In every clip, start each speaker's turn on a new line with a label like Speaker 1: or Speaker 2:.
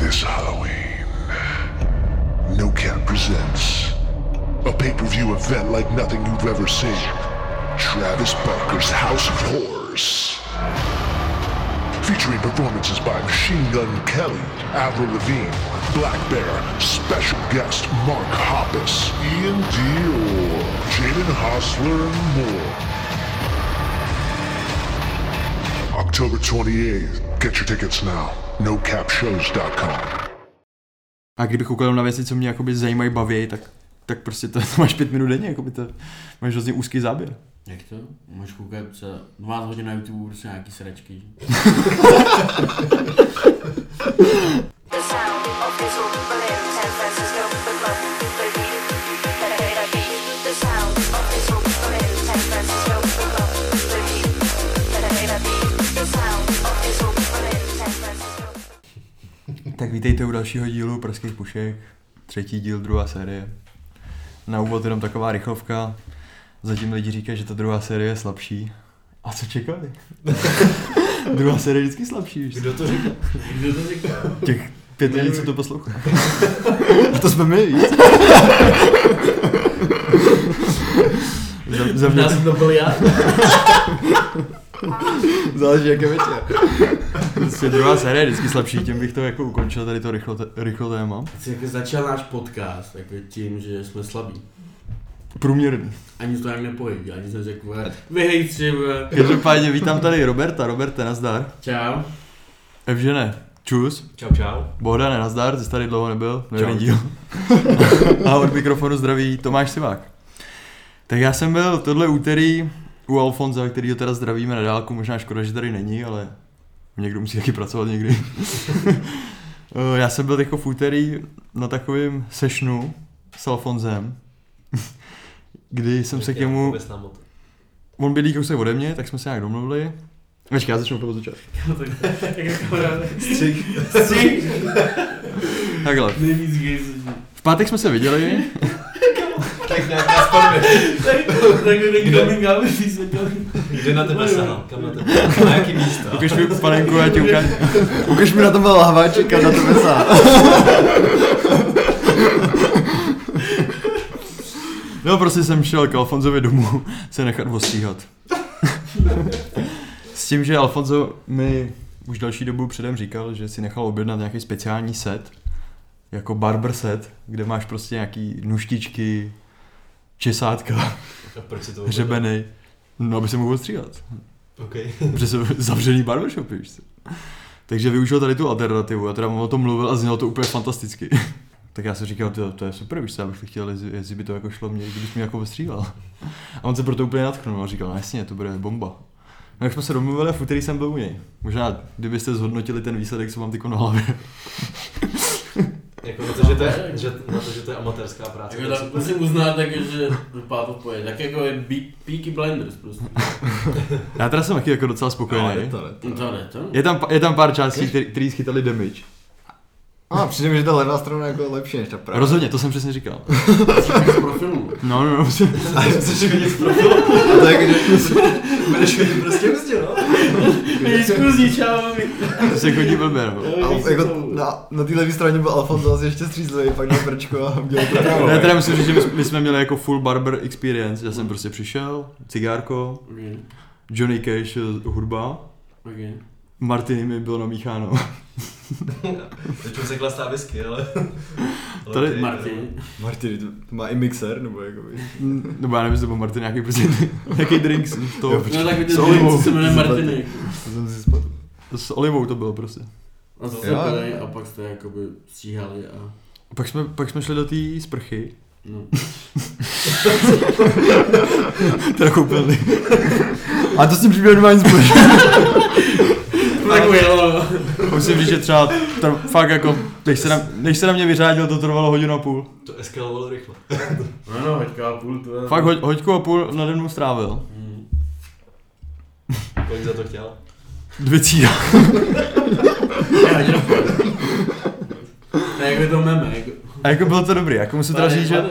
Speaker 1: this Halloween, No Cap presents a pay-per-view event like nothing you've ever seen. Travis Barker's House of Horrors. Featuring performances by Machine Gun Kelly, Avril Lavigne, Black Bear, special guest Mark Hoppus, Ian Dior, Jaden Hostler, and more. October 28th. Get your tickets now. NoCapShows.com.
Speaker 2: A kdybych koukal na věci, co mě jakoby zajímají, baví, tak, tak prostě to, to máš pět minut denně, jakoby to máš hrozně úzký záběr.
Speaker 3: Jak to? Můžeš koukat třeba 12 hodin na YouTube, prostě nějaký sračky.
Speaker 4: The sound of this old balloon, San Francisco, the club, the beat, the day I beat. The sound of this old balloon, San Francisco, the club, the beat, the day I beat. The sound of this old balloon, San Francisco.
Speaker 2: Tak vítejte u dalšího dílu Pražských pušek, třetí díl, druhá série. Na úvod jenom taková rychlovka, zatím lidi říkají, že ta druhá série je slabší. A co čekali? druhá série je vždycky slabší. Už.
Speaker 5: Kdo to říká? Kdo to říká?
Speaker 2: Těch pět lidí, co to poslouchá. A to jsme my, víc. Za- za mě-
Speaker 5: Já jsem to byl já.
Speaker 2: Záleží, jak je večer. Prostě druhá série je vždycky slabší, tím bych to jako ukončil, tady to rychlo, rychlo téma.
Speaker 3: Jsi jak začal náš podcast, jako tím, že jsme slabí.
Speaker 2: Průměrný.
Speaker 3: Ani to nějak nepojedí, ani jsem řekl, vole, vyhejtři, vole.
Speaker 2: Každopádně vítám tady Roberta. Roberte, nazdar.
Speaker 3: Čau.
Speaker 2: Evžene, čus.
Speaker 5: Čau, čau.
Speaker 2: Bohdane, nazdar, ty jsi tady dlouho nebyl, na
Speaker 3: Čau.
Speaker 2: jeden díl. A od mikrofonu zdraví Tomáš Sivák. Tak já jsem byl tohle úterý u Alfonza, kterýho teda zdravíme na dálku, možná škoda, že tady není, ale někdo musí taky pracovat někdy. Eh, já jsem byl jako v úterý na takovém sešnu s Alfonzem, kdy jsem se k němu...
Speaker 5: Vůbec nám o to.
Speaker 2: On bydlí kousek ode mě, tak jsme se nějak domluvili. Počkej, já začnu úplně od začátku.
Speaker 5: Střih.
Speaker 2: Takhle,
Speaker 3: Nejvíc gay se
Speaker 2: v pátek jsme se viděli,
Speaker 5: Tak nějaká spadne.
Speaker 3: Tak to
Speaker 5: Kdo?
Speaker 3: coming out, když se dělal.
Speaker 5: Kde na tebe sahal? Kam na tebe? Na jaký místo?
Speaker 2: ukaž mi panenku, já ti ukážu. Ukaž mi na tom lahváček a na tebe sám. No prostě jsem šel k Alfonzovi domů se nechat ostříhat. S tím, že Alfonso mi už další dobu předem říkal, že si nechal objednat nějaký speciální set, jako barber set, kde máš prostě nějaký nůžtičky, česátka,
Speaker 5: A proč si to uvedl?
Speaker 2: hřebeny. No, aby se mohl stříhat.
Speaker 5: OK.
Speaker 2: Protože jsou zavřený barbershopy, víš co. Takže využil tady tu alternativu. Já teda o tom mluvil a znělo to úplně fantasticky. tak já jsem říkal, to, to je super, víš co, já bych to chtěl, jestli- jestli by to jako šlo mě, kdybych mě jako ostříval. A on se proto úplně natchnul a říkal, no jasně, to bude bomba. No jak jsme se domluvili, a v úterý jsem byl u něj. Možná, kdybyste zhodnotili ten výsledek, co mám tyko na hlavě.
Speaker 5: Jako na to, že to je, že, na to, že to je amatérská práce.
Speaker 3: Jako tak
Speaker 5: super.
Speaker 3: musím uznat, tak, že vypadá to pojet. Tak jako je Be- Peaky Blenders prostě.
Speaker 2: Já teda jsem taky jako docela
Speaker 5: No,
Speaker 2: spokojený.
Speaker 5: je to, je to.
Speaker 3: No to ne, to ne.
Speaker 2: je, tam, je tam pár částí, který- který schytali damage.
Speaker 6: A přijde mi, že ta levá strana jako je lepší než ta pravá.
Speaker 2: Rozhodně, to jsem přesně říkal.
Speaker 3: To pro filmu.
Speaker 2: No, no, no.
Speaker 5: A chceš vidět z profilu?
Speaker 6: A to je, když
Speaker 5: Budeš vidět prostě mzdě, no?
Speaker 3: Diskuzí, čau.
Speaker 2: To se chodí blbě, no.
Speaker 6: a, jako, na, na té levé straně byl Alfonso asi ještě střízlivý, pak na brčko a udělal to pravou.
Speaker 2: Ne, teda myslím, že my, my jsme měli jako full barber experience. Já jsem prostě přišel, cigárko,
Speaker 3: Okay.
Speaker 2: Johnny Cash eh, hudba,
Speaker 3: Okay.
Speaker 2: Martini mi bylo namícháno.
Speaker 5: Teď už se klastá whisky, ale... ale
Speaker 2: Tady-
Speaker 5: ty-
Speaker 3: Martin.
Speaker 6: Martin, to, to má i mixer, nebo jako víš.
Speaker 2: Mm, Nebo já nevím, jestli to byl Martin nějaký prostě, nějaký drink s, to,
Speaker 6: Jo,
Speaker 3: No tak vidíte,
Speaker 2: s olivou.
Speaker 3: co se jmenuje Martinek.
Speaker 6: To jsem si spadl.
Speaker 2: S olivou to bylo prostě.
Speaker 3: A to jste
Speaker 6: Jo.
Speaker 3: byli a pak jste jakoby stříhali a...
Speaker 2: Pak jsme, pak jsme šli do té sprchy,
Speaker 3: No.
Speaker 2: teda koupelny. A to s tím příběhem nemá nic společného.
Speaker 3: Takový, no.
Speaker 2: Musím říct, že třeba tr- fakt jako, než se, na, než se na mě vyřádil, to trvalo hodinu a půl.
Speaker 5: To eskalovalo rychle.
Speaker 3: No, no, hoďka a půl, to je...
Speaker 2: Fakt hoď, hoďku a půl nade mnou strávil.
Speaker 3: Hmm.
Speaker 5: Kolik za to chtěl?
Speaker 2: Dvě círa.
Speaker 3: Já, že- To je jako to meme, jako...
Speaker 2: A jako bylo to dobrý, jako musím teda říct, že...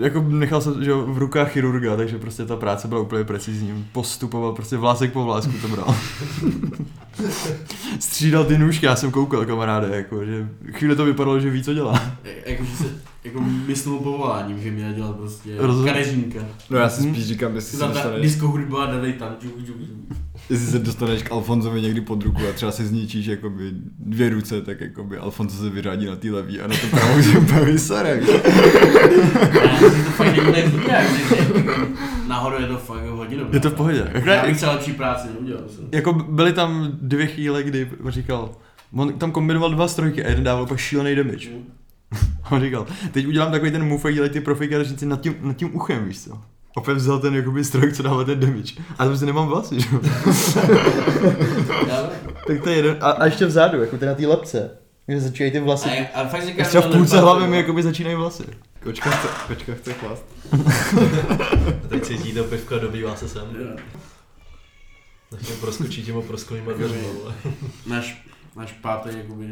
Speaker 2: jako nechal jsem že jo, v rukách chirurga, takže prostě ta práce byla úplně precizní. Postupoval prostě vlásek po vlásku to bral. Střídal ty nůžky, já jsem koukal kamaráde, jako, že chvíli to vypadalo, že ví, co dělá.
Speaker 3: Jak- Jakože se jako myslel povoláním, že měla dělat prostě
Speaker 2: Rozumím.
Speaker 3: kadeřínka.
Speaker 6: No já si
Speaker 2: Mhm.
Speaker 6: spíš říkám, jestli se,
Speaker 3: Za ta
Speaker 6: dostaneš,
Speaker 3: disco hudba, dali tam džuk, džuk, džuk.
Speaker 6: jestli se dostaneš k Alfonzovi někdy pod ruku a třeba si zničíš jakoby dvě ruce, tak jakoby Alfonso se vyřádí na ty levý a na to pravou si úplně vysere.
Speaker 3: Já si to fakt někde jak Nahoru je to fakt hodně dobré.
Speaker 2: Je to v pohodě. Jako,
Speaker 3: Já bych
Speaker 2: ne,
Speaker 3: třeba lepší práci neudělal. jsem.
Speaker 2: jako byly tam dvě chvíle, kdy říkal, on tam kombinoval dva strojky a jeden dával úplně šílený damage.
Speaker 3: Mm.
Speaker 2: A on říkal, teď udělám takový ten move, jak dělají ty profi kadeřníci nad tím, nad tím uchem, víš co. Opět vzal ten jakoby stroj, co dává ten damage. A tam si nemám vlasy, že jo.
Speaker 3: Já-
Speaker 2: Tak to je jeden, a, a ještě vzadu, jako ty na té lepce, kde začínají ty vlasy.
Speaker 3: A, a fakt říkám, no,
Speaker 2: Ještě
Speaker 3: že
Speaker 2: v půlce
Speaker 3: nepadlo.
Speaker 2: hlavy mi jakoby začínají vlasy.
Speaker 6: Kočka chce, kočka chce klást.
Speaker 5: A teď se jdí do pivka a dobývá se sem.
Speaker 3: Jo.
Speaker 5: Než mě proskočí těma proskovýma
Speaker 3: Jako,
Speaker 5: dveřma, vole.
Speaker 3: Náš, náš pátý jakoby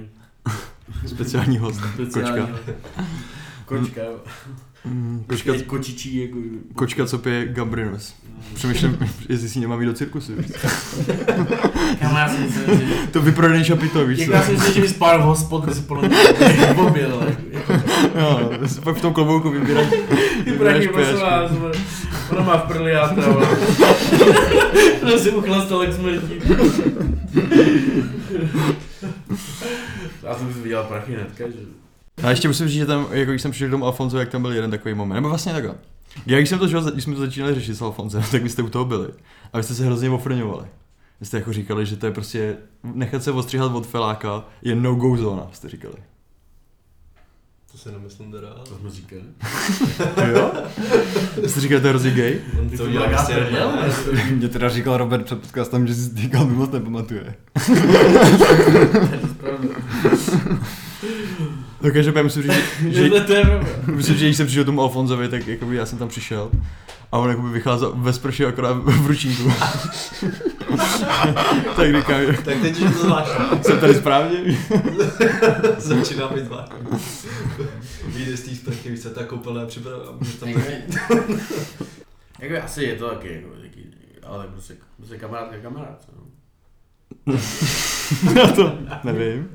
Speaker 2: Speciální host,
Speaker 3: speciální.
Speaker 2: kočka.
Speaker 3: Kočka.
Speaker 2: Mm,
Speaker 3: Kočka.
Speaker 2: kočka,
Speaker 3: Kočičí jako...
Speaker 2: kočka, co pije Gambrinus.
Speaker 3: Mm.
Speaker 2: Přemýšlím, jestli si nemám jít do cirkusu. víš co.
Speaker 3: Kam já si myslím, že...
Speaker 2: To vyprodaný šapito, víš
Speaker 3: Jako
Speaker 2: co.
Speaker 3: já si myslím, že bys pár v hospod, kde si podle mě pobil. jako.
Speaker 2: Jo, to si pak v tom klobouku vybíráš,
Speaker 3: Ty prachy,
Speaker 2: vybíráš
Speaker 3: prosím vás,
Speaker 2: pijačku.
Speaker 3: vole. ona má v prdli játra, vole. Ona si uchlastal jak smrti. Já jsem si viděl prachy hnedka, že...
Speaker 2: A ještě musím říct, že tam, jako když jsem přišel k tomu Alfonso, jak tam byl jeden takový moment. Nebo vlastně takhle. Já když jsem to žil, když jsme to začínali řešit s Alfonzem, tak vy jste u toho byli. A vy jste se hrozně ofrňovali. Vy jste jako říkali, že to je prostě nechat se ostříhat od feláka je no-go zóna, jste říkali.
Speaker 5: To si nemyslím teda. ale-
Speaker 3: To jsme říkali.
Speaker 2: Jo? Jste říkali, to je hrozně gay?
Speaker 5: On to udělá prostě
Speaker 3: ale
Speaker 5: reálně.
Speaker 3: to je
Speaker 6: Mě teda říkal Robert před podcastem, že si týkal moc nepamatuje.
Speaker 3: pravda.
Speaker 2: No každopádně musím říct, že,
Speaker 3: To je pravda.
Speaker 2: musím, říct, že když jsem přišel k tomu Alfonzovi, tak jakoby já jsem tam přišel. A on jakoby vycházel ve sprši akorát v ručníku. tak říkám,
Speaker 5: Tak teď už je to zvláštní.
Speaker 2: jsem tady správně?
Speaker 5: Začíná být zvláštní. Vyjde z té sprchy, víš co, ta koupelna je připravena. můžeš tam
Speaker 3: Jako-
Speaker 5: taky-
Speaker 3: Jako asi je to taky, jako taky, ale prostě, prostě kamarád je kamarád. No.
Speaker 2: Já to nevím.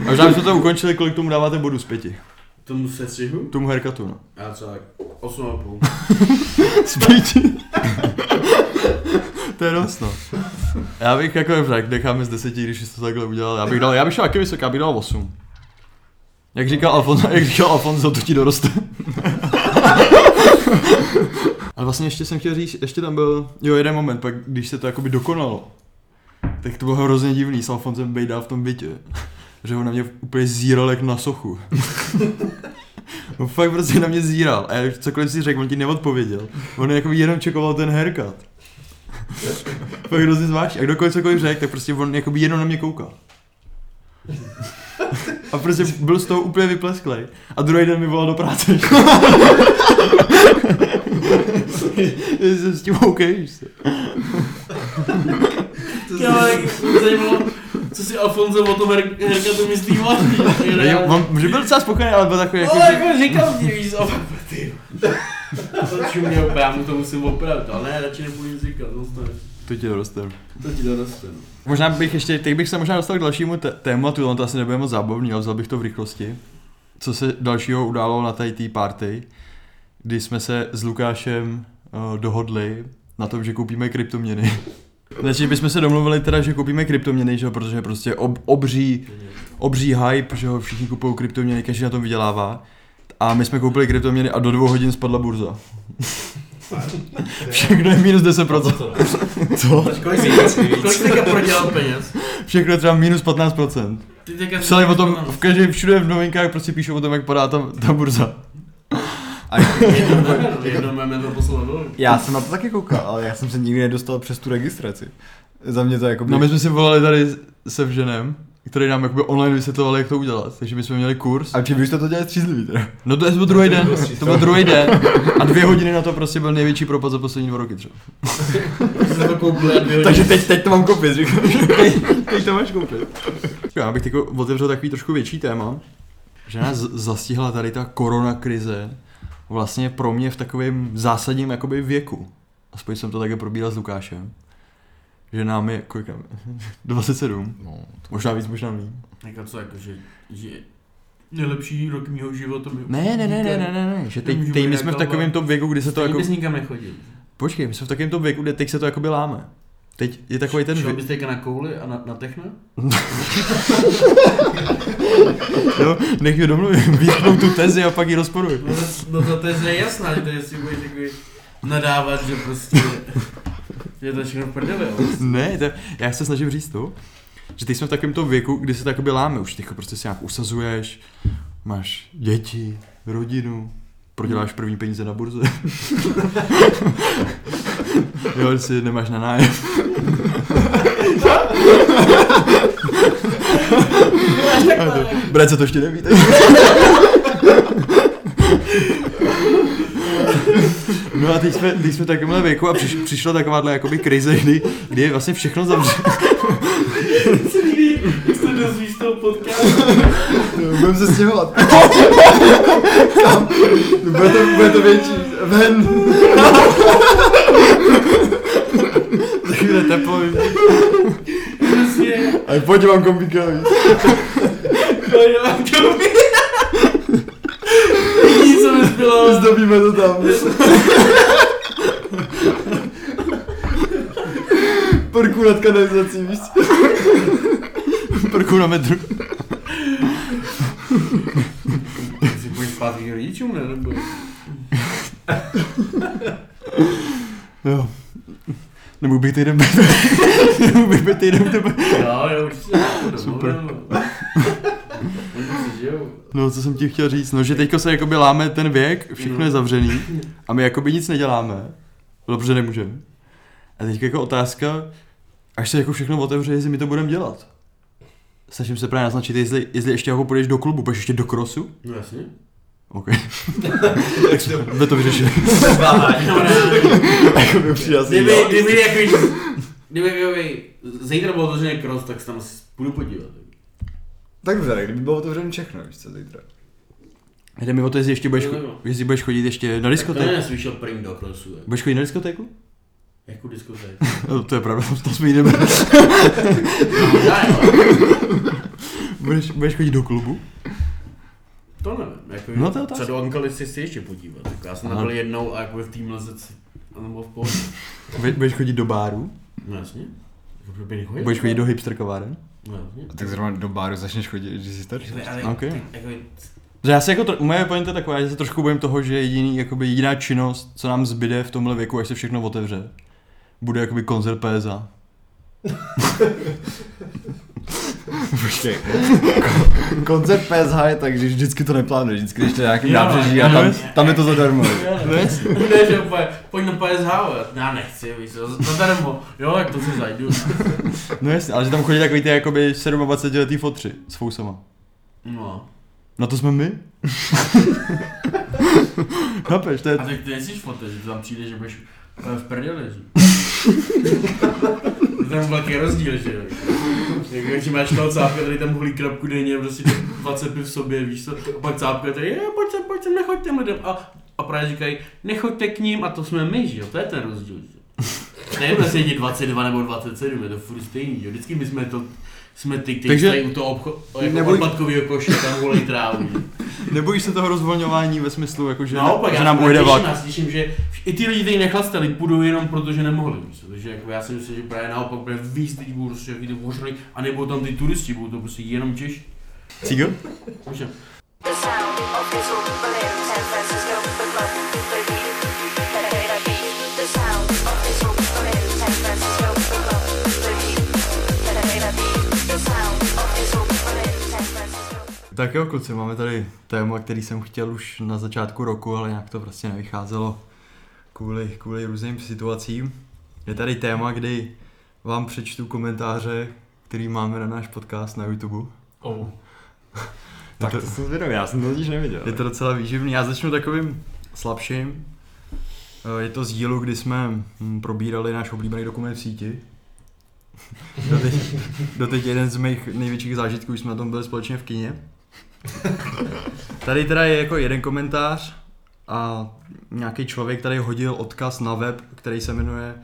Speaker 2: A možná bychom to ukončili, kolik tomu dáváte bodů z pěti.
Speaker 3: Tomu se střihu?
Speaker 2: Tomu haircutu, no.
Speaker 3: Já třeba tak 8,5.
Speaker 2: Z pěti. to je dost, no. Já bych jako tak necháme z deseti, když jsi to takhle udělal. Já bych dal, já bych šel taky vysoký, já bych dal osm. Jak říkal Alfonso, jak říkal Alfonso, to ti doroste. Ale vlastně ještě jsem chtěl říct, ještě tam byl, jo jeden moment, pak když se to jakoby dokonalo, tak to bylo hrozně divný s Alfonsem Bejda v tom bytě. Že on na mě úplně zíral jak na sochu. on fakt prostě na mě zíral a já cokoliv si řekl, on ti neodpověděl. On jako jenom čekoval ten haircut. fakt hrozně zvláštní. A kdokoliv cokoliv řekl, tak prostě on jako jenom na mě koukal. A prostě byl z toho úplně vyplesklej. A druhý den mi volal do práce. Jsem s tím OK, víš co.
Speaker 3: Jo, tak mě zajímalo, co si Alfonso o tom her- herkatu myslí vlastně.
Speaker 2: Jo, on, že byl docela spokojený, ale byl takový jako,
Speaker 3: No,
Speaker 2: že...
Speaker 3: jako říkal ti, víš, o ty. To čumě, úplně, já mu to musím opravit, ale ne, radši nepůjdu nic říkat, zůstane.
Speaker 2: To ti dorostem.
Speaker 3: To ti doroste, no.
Speaker 2: Možná bych ještě, teď bych se možná dostal k dalšímu te- tématu, on to asi nebude moc zábavný, ale vzal bych to v rychlosti. Co se dalšího událo na té té party, kdy jsme se s Lukášem uh, dohodli na tom, že koupíme kryptoměny. Znači bychom se domluvili teda, že koupíme kryptoměny, že jo, protože prostě ob, obří, obří hype, že jo, všichni kupují kryptoměny, každý na tom vydělává. A my jsme koupili kryptoměny a do dvou hodin spadla burza. Všechno je minus 10%.
Speaker 5: to, no.
Speaker 2: Co?
Speaker 3: Kolik jsi, kolik jsi teďka prodělal peněz?
Speaker 2: Všechno je třeba minus 15%.
Speaker 3: Ty teďka...
Speaker 2: Psali o tom, v každé, všude v novinkách prostě píšou o tom, jak padá ta, ta burza.
Speaker 3: Jedno meme, jedno meme to poslalo dolů.
Speaker 6: Já jsem na to taky koukal, ale já jsem se nikdy nedostal přes tu registraci. Za mě to jako
Speaker 2: No my jsme si volali tady se Vženem, který nám jakoby online vysvětloval, jak to udělat. Takže my jsme měli kurz.
Speaker 6: A či vy jste to dělali střízlivý teda?
Speaker 2: No to byl druhý den, to byl druhý den. A dvě hodiny na to prostě byl největší propad za poslední dva roky třeba.
Speaker 3: Jsi to koupil a dvě hodiny.
Speaker 6: Takže teď, teď to mám koupit, říkám.
Speaker 2: Teď to máš koupit. Já bych teď otevřel takový trošku větší téma, že nás z- zastihla tady ta korona krize vlastně pro mě v takovém zásadním jakoby věku. Aspoň jsem to také probíral s Lukášem. Že nám je, kolik nám je? 27.
Speaker 6: No, to...
Speaker 2: Možná víc, možná mín.
Speaker 3: Jako co, jako že, že nejlepší rok mýho života mi...
Speaker 2: Ne, ne, ne, ne, ne, ne, ne. Že teď, teď my jsme v takovém tom věku, kdy se to
Speaker 3: To
Speaker 2: jako...
Speaker 3: bys nikam nechodil.
Speaker 2: Počkej, my jsme v takovém tom věku, kde teď se to jakoby láme. Teď je takový ten...
Speaker 3: Šel
Speaker 2: Vě...
Speaker 3: bys teďka na kouli a na, na techna?
Speaker 2: Jo, nech mi domluvím, vytknou tu tezi a pak ji rozporuji.
Speaker 3: No, to- no to, to je jasná, že tady si budeš takový nadávat, že prostě... je to všechno v prdeli, jo.
Speaker 2: Ne, to, já se snažím říct to, že teď jsme v takovém tom věku, kdy se to jakoby láme. Už teď prostě se nějak usazuješ, máš děti, rodinu, proděláš první peníze na burze. jo, si nemáš na nájem. Brat se to ještě nevíte. No a teď jsme, teď jsme v takovémhle věku a přiš, přišla takováhle jakoby krize, kdy, kdy je vlastně všechno zavřené.
Speaker 3: Se líbí, jak se dozvíš z toho podcastu.
Speaker 6: Budeme se stěhovat. Kam? Bude to, bude to větší. Ven.
Speaker 2: Takové teplo.
Speaker 3: Prostě,
Speaker 6: A pojď vám kombíka.
Speaker 3: to je vám to Jediný, co mi zbylo.
Speaker 6: Zdobíme to tam. Parku nad kanalizací, víš co?
Speaker 2: Prku na metru.
Speaker 3: Jsi půjdeš zpátky k rodičům, ne? Nebo...
Speaker 2: Jo. Nebo bych týden byl. Nebo bych byl týden tebe.
Speaker 3: Jo, No, jo, určitě.
Speaker 2: Super.
Speaker 3: Oni si žijou.
Speaker 2: No, co jsem ti chtěl říct, no, že teďko se jakoby láme ten věk, všechno
Speaker 3: No.
Speaker 2: je zavřený a my jakoby nic neděláme. Dobře, nemůžeme. A teď jako otázka, až se jako všechno otevře, jestli my to budeme dělat. Snažím se právě naznačit, jestli, jestli ještě jako půjdeš do klubu, půjdeš ještě do krosu?
Speaker 3: No jasně.
Speaker 2: OK. tak jsme to vyřešili.
Speaker 6: Jakoby přijazný.
Speaker 3: Kdyby, kdyby, jako, kdyby, kdyby, zítra bylo otevřený cross, tak se tam asi půjdu podívat.
Speaker 6: Tak dobře, kdyby bylo otevřené všechno, víš co, zítra.
Speaker 2: Jde mi o to, jestli ještě budeš,
Speaker 3: Jo, jo.
Speaker 2: jestli budeš chodit ještě na
Speaker 3: Tak to ne,
Speaker 2: diskotéku.
Speaker 3: jsi vyšel první do crossu. Jak.
Speaker 2: Budeš chodit na diskotéku?
Speaker 3: Jakou diskotéku?
Speaker 2: No, to je pravda, to jsme jdeme.
Speaker 3: No, já jo.
Speaker 2: budeš, budeš chodit do klubu?
Speaker 3: To nevím, jako,
Speaker 2: No, to je
Speaker 3: třeba
Speaker 2: otázka.
Speaker 3: do Ankaly si chci ještě podívat, tak já jsem tam
Speaker 2: Aha.
Speaker 3: byl jednou a jako v tým lezec, a nebo v pohodě.
Speaker 2: Bude- Budeš chodit do báru?
Speaker 3: No jasně, jako proč bych nechodil?
Speaker 2: Budeš chodit do hipster kaváren?
Speaker 3: No jasně.
Speaker 6: Tak zrovna do báru začneš chodit, když jsi starší.
Speaker 3: Jako, ale,
Speaker 2: Ok.
Speaker 3: tak, jako,
Speaker 2: Že já se jako, tro- moje pointa je taková, že se trošku bojím toho, že jediný, jakoby jediná činnost, co nám zbyde v tomhle věku, až se všechno otevře, bude jakoby koncert PSA.
Speaker 6: Počkej. Koncert PSH je tak, že vždycky to neplánuješ, vždycky když to je nějaký
Speaker 3: Jo,
Speaker 6: nábřeží
Speaker 3: jo,
Speaker 6: a tam,
Speaker 3: jo.
Speaker 6: tam je to zadarmo.
Speaker 2: No
Speaker 3: ne, že úplně, pojď na PSH, ale já nechci, víš, co, zadarmo, jo, tak to si zajdu.
Speaker 2: No jasně, ale že tam chodí takový ty jakoby 27 letý fotři s fousama.
Speaker 3: No,
Speaker 2: Na to jsme my? Chápeš, to je...
Speaker 3: a tak ty nejsi fotel, že tam přijde, že budeš úplně v prdeli, že? To je Tam velký rozdíl, že jo. Jako, když máš toho cápka, tady tam hulí krabku denně, prostě 20 piv v sobě, víš co, a pak cápka tady, je, pojď sem, pojď sem, nechoď těm lidem. A, a právě říkají, nechoďte k ním, a to jsme my, že jo, to je ten rozdíl, že jo. Nejedno se jedí 22 nebo 27, je to furt stejný, jo, vždycky my jsme to, jsme ty, kteří
Speaker 2: Takže-
Speaker 3: stojí u toho obcho, jako
Speaker 2: Neboj-
Speaker 3: odpadkovýho koše, tam volej trávu, že?
Speaker 2: Nebojíš se toho rozvolňování ve smyslu, jako že,
Speaker 3: No, Naopak,
Speaker 2: že
Speaker 3: já
Speaker 2: nám
Speaker 3: se
Speaker 2: ujede
Speaker 3: těším,
Speaker 2: vlak.
Speaker 3: Já slyším, že i ty lidi, kteří nechlastali, půjdou jenom proto, že nemohli. víš co. Takže jako já si myslím, že právě naopak bude víc lidí, budou prostě ty ožrali, a nebudou tam ty turisti, budou to prostě jenom Češi.
Speaker 2: Cígo?
Speaker 3: Můžem.
Speaker 4: The sound of his own balloon, San Francisco, the club, the beat, the head I beat. The sound of his own balloon, San Francisco, the club, the beat, the head I beat. The sound of his own balloon, San Francisco.
Speaker 2: Tak jo, kluci, máme tady téma, který jsem chtěl už na začátku roku, ale nějak to prostě nevycházelo kvůli, kvůli různým situacím. Je tady téma, kdy vám přečtu komentáře, který máme na náš podcast na YouTube.
Speaker 5: Oh.
Speaker 6: Tak to jsem zvědavý, já jsem to totiž neviděl.
Speaker 2: Je to docela výživný. Já začnu takovým slabším. Eh, Je to z dílu, kdy jsme hm, probírali náš oblíbený dokument v síti. Doteď, doteď jeden z mých největších zážitků, když jsme na tom byli společně v kině. Tady teda je jako jeden komentář a nějaký člověk tady hodil odkaz na web, který se jmenuje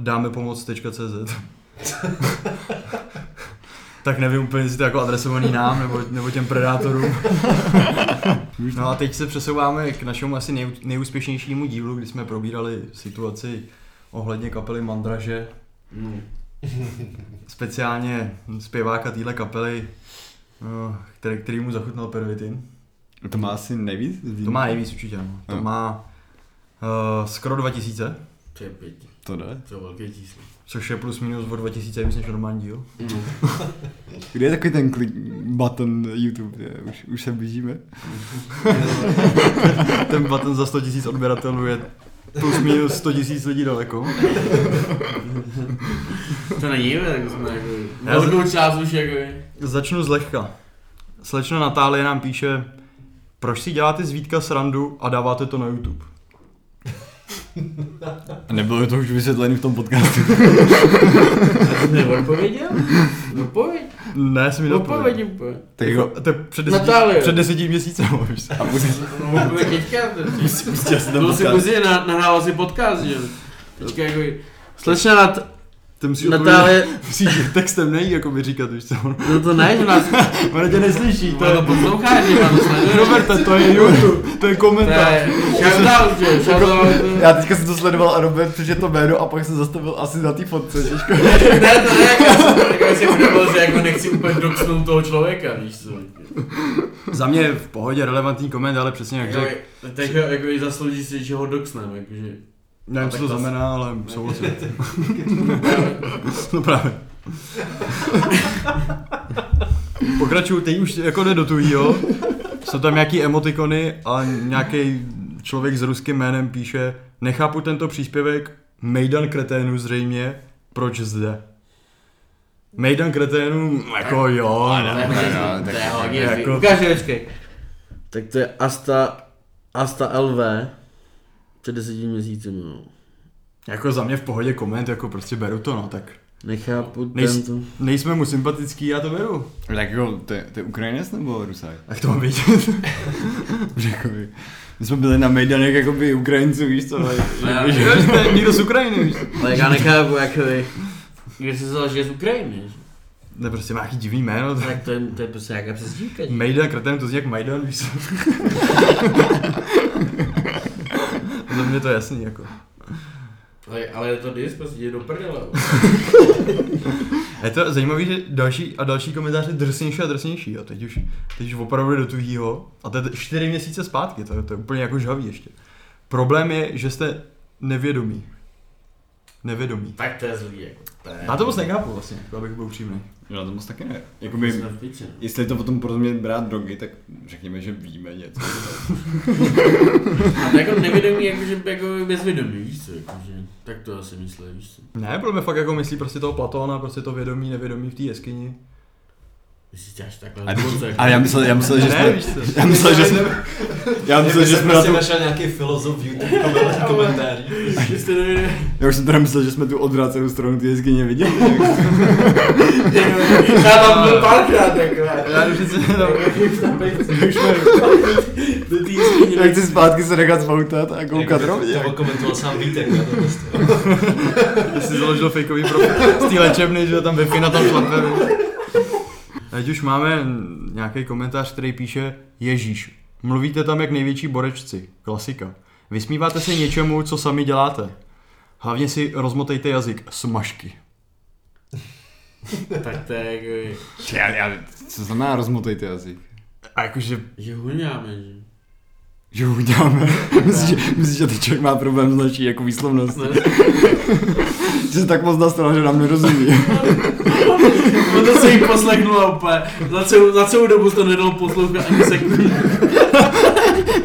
Speaker 2: www.dámepomoc.cz Tak nevím úplně, jestli to je jako adresovaný nám nebo, nebo těm predátorům. No a teď se přesouváme k našemu asi nej, nejúspěšnějšímu dílu, kdy jsme probírali situaci ohledně kapely Mandraže,
Speaker 3: No.
Speaker 2: speciálně zpěváka téhle kapely, no, který, který mu zachutnal pervitin.
Speaker 6: To má asi nejvíc? lidí.
Speaker 2: To má nejvíc určitě, no. to
Speaker 6: Jo.
Speaker 2: má uh, skoro 2000,
Speaker 3: To je pět,
Speaker 6: To ne.
Speaker 3: to je velké číslo.
Speaker 2: což je plus minus o 2000 víc než normální díl.
Speaker 3: No.
Speaker 6: Kde je takový ten klik button YouTube? Je, už, už se blížíme.
Speaker 2: Ten button za 100 000 odběratelů je plus minus 100 000 lidí daleko.
Speaker 3: To není, tak jsme jako...
Speaker 2: Já jsem-
Speaker 3: Velkou část už jako...
Speaker 2: Začnu zlehka. Slečna Natálie nám píše, proč si děláte z Vítka srandu a dáváte to na YouTube?
Speaker 6: A nebylo to už vysvětlené v tom podcastu.
Speaker 3: Neodpověděl? Odpověď.
Speaker 2: Ne, jsi mi
Speaker 3: Odpověď úplně.
Speaker 6: tak jako,
Speaker 2: To je před deseti,
Speaker 3: Natálie.
Speaker 2: před deseti měsíci, už.
Speaker 6: a musíš,
Speaker 3: No, odpověď teďka.
Speaker 6: pustil si ten
Speaker 3: To si
Speaker 6: podcast.
Speaker 3: musí na- nahrával si podcast, že jo. Teďka jako... Slečna Nat-
Speaker 2: Ty musíš odpovědět-
Speaker 3: Natálie,
Speaker 2: Musíš textem nejít, jako by říkat, víš co?
Speaker 3: no to ne, že nás
Speaker 2: Ona tě neslyší, to
Speaker 3: to to
Speaker 2: je...
Speaker 3: poslouchá, že nás sleduje.
Speaker 2: Roberte, to je YouTube, to je
Speaker 3: To
Speaker 2: komentář.
Speaker 3: je shoutout, že jo, shoutout.
Speaker 6: Já teďka jsem to sledoval a Robert přečetl to jméno a pak jsem zastavil asi na té fotce, těžko.
Speaker 3: Ne, to ne, jako já jsem tak asi uvědomil, že jako nechci úplně doksnout toho člověka, víš co.
Speaker 2: Za mě je v pohodě relevantní koment, ale přesně jak řekl.
Speaker 3: Jako, tak jako i zaslouží si, že ho doksnem, jakože.
Speaker 2: Nevím, co
Speaker 3: tak
Speaker 2: to
Speaker 3: to-
Speaker 2: znamená, ale souhlasím. No právě. Pokračuju, teď už jako jde do tujího. Jsou tam nějaký emotikony a nějaký člověk s ruským jménem píše Nechápu tento příspěvek, Mejdan kreténů zřejmě, proč zde? Mejdan kreténů, jako jo, ne.
Speaker 6: no, tak-
Speaker 2: jako-
Speaker 3: Jako... Ukáž, počkej. Tak to je Asta, Asta LV před deseti měsíci, no.
Speaker 2: Jako za mě v pohodě koment, jako prostě beru to, no, tak
Speaker 3: Nechápu
Speaker 2: Nejs-
Speaker 3: tento.
Speaker 2: nejsme mu sympatický, já to beru.
Speaker 6: Tak jako, to je, to je Ukrajinec nebo Rusák?
Speaker 2: Jak to mám vědět?
Speaker 6: Jakoby, my jsme byli na Mejdanech jakoby Ukrajinců, víš co? ale-
Speaker 3: já-
Speaker 2: Jo,
Speaker 6: jakoby,
Speaker 2: že to je Někdo z Ukrajiny, víš?
Speaker 3: Ale já nechápu, jako Když jsi vzal, že je z Ukrajiny, že?
Speaker 2: Ne, prostě má nějaký divný jméno. to-
Speaker 3: tak to je, to je prostě nějaká přezdívka. že?
Speaker 2: Mejdan, kretem, to zní jak Majdan, víš co? Za mě to je jasný, jako.
Speaker 3: Ale, ale je to dis, prostě je do prdele.
Speaker 2: A je to zajímavé, že další a další komentář je drsnější a drsnější. A teď už, teď už opravdu jde do tuhýho. A to je t- čtyři měsíce zpátky, to je, to je úplně jako žhavý ještě. Problém je, že jste nevědomí. Nevědomí.
Speaker 3: tak to je zlý, jako. je-
Speaker 2: Já to moc nechápu vlastně, jako abych byl upřímný.
Speaker 6: Já to moc taky ne.
Speaker 3: My
Speaker 6: Jakoby,
Speaker 3: Jako jsme v piči, no.
Speaker 6: jestli to potom porozumět brát drogy, tak řekněme, že víme něco.
Speaker 3: A to jako nevědomí, jako, že jako bezvědomí, víš co, jako, že, tak to asi myslí, víš co.
Speaker 2: Ne, podle mě fakt jako myslí prostě toho Platona, prostě to vědomí, nevědomí v té jeskyni.
Speaker 3: Myslíš tě až takhle
Speaker 6: A,
Speaker 3: do konce, jako.
Speaker 6: a já myslel, já myslel, že
Speaker 2: Ne,
Speaker 6: jsme,
Speaker 2: víš co.
Speaker 6: já myslel, že jsme, já myslel, že jsme na
Speaker 5: prostě
Speaker 6: tu,
Speaker 5: našel nějaký filozof v YouTube komen- komentáři.
Speaker 3: Že jste nevědomí.
Speaker 6: já už jsem teda myslel, že jsme tu odvracenou stranu ty jeskyně viděli. jak-
Speaker 3: Já tam byl párkrát, jako.
Speaker 2: Já už si tam...
Speaker 6: jak jsme-
Speaker 3: Do té jeskyně.
Speaker 6: Jak chci zpátky se nechat zmoutat a koukat rovně.
Speaker 5: To komentoval sám Vítek, já to prostě.
Speaker 2: Ty jsi založil fejkový profil z té léčebny, že jo, tam Wi-Fi na tom šlaperu. Teď už máme nějaký komentář, který píše Ježíš, mluvíte tam jak největší borečci. Klasika. Vysmíváte se něčemu, co sami děláte. Hlavně si rozmotejte jazyk. Smažky.
Speaker 3: Tak to je jako,
Speaker 6: Já, já, co znamená rozmotejte jazyk?
Speaker 2: A jakože...
Speaker 3: že huňáme, že.
Speaker 6: Že ho uděláme. Myslíš, že- myslíš, že ten člověk má problém s naší jako výslovnost? Že se tak moc nastal, že nám nerozumí.
Speaker 3: No to se jich poslechnula úplně. Za celou, za celou dobu jsi to nedal poslouchat ani sekundu.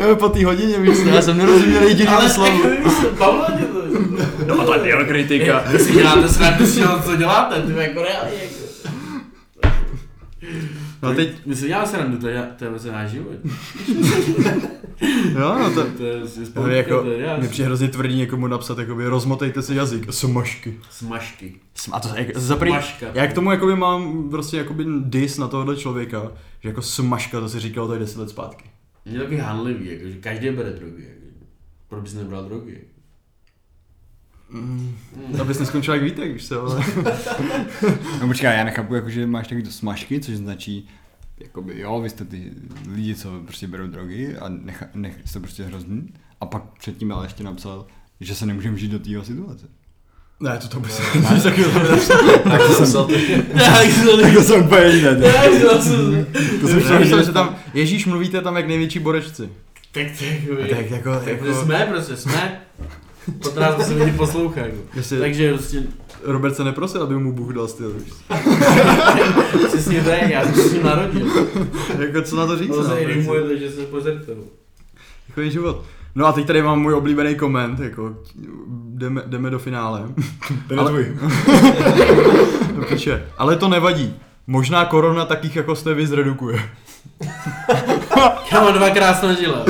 Speaker 6: Jo, po té hodině, víš, co?
Speaker 2: Já jsem nerozuměl jedinému
Speaker 3: Ale
Speaker 2: slovu.
Speaker 3: tak Pavla tě to.
Speaker 2: No a to je kritika.
Speaker 3: Vy si děláte srandu z čeho, co děláte, ty jako reálně. Jako.
Speaker 2: No teď,
Speaker 3: My si děláme srandu, to je, to je vlastně náš život.
Speaker 2: jo, no to...
Speaker 3: To je si
Speaker 2: To je jako,
Speaker 3: to je
Speaker 2: mě
Speaker 3: jasný.
Speaker 2: přijde hrozně tvrdý někomu napsat, jakoby rozmotejte si jazyk, smažky.
Speaker 3: Smažky.
Speaker 2: Sm- A to je jako- za prý,
Speaker 3: Smažka.
Speaker 2: já k tomu jakoby mám prostě jakoby dis na tohohle člověka, že jako smažka, to si říkal tady 10 let zpátky.
Speaker 3: je taky hanlivý, jako, že každý bere drogy. Jako. Proč bys nebral drogy?
Speaker 7: Abys neskončil jak Vítek, víš co, ale...
Speaker 6: No počkej, já nechápu, jako, že máš takový to smažky, což značí, jakoby, jo, vy jste ty lidi, co prostě berou drogy a necha, nech, jste prostě hrozný. A pak předtím ale ještě napsal, že se nemůžeme žít do tého situace.
Speaker 7: Ne, to to by se...
Speaker 6: Tak to jsem,
Speaker 5: Psal to.
Speaker 3: Tak to
Speaker 6: tak to jsem úplně jiné. ne?
Speaker 7: To
Speaker 6: jsem chtěl
Speaker 7: Jako jsem
Speaker 6: říct.
Speaker 7: že tam... Ježíš, mluvíte tam jak největší borečci.
Speaker 3: Tak to jako,
Speaker 7: A tak jako-
Speaker 3: tak
Speaker 7: jako-
Speaker 3: jako... jsme prostě, jsme. Proto nás se lidi poslouchá. Jako.
Speaker 7: Jestli tak...
Speaker 3: Takže prostě,
Speaker 7: Robert se neprosil, aby mu Bůh dal styl, víš co.
Speaker 3: přesně to je, já jsem se s ním narodil.
Speaker 7: Jako co na to říct? no,
Speaker 3: To se i
Speaker 7: prostě.
Speaker 3: rýmuje, takže se pozrte.
Speaker 7: Takový život. No a teď tady mám můj oblíbený koment, jako jdeme, jdeme do finále.
Speaker 6: Ten je tvůj.
Speaker 7: To Píše, ale to nevadí. Možná korona takých jako jste vy zredukuje.
Speaker 3: Kámo, dvakrát snažila.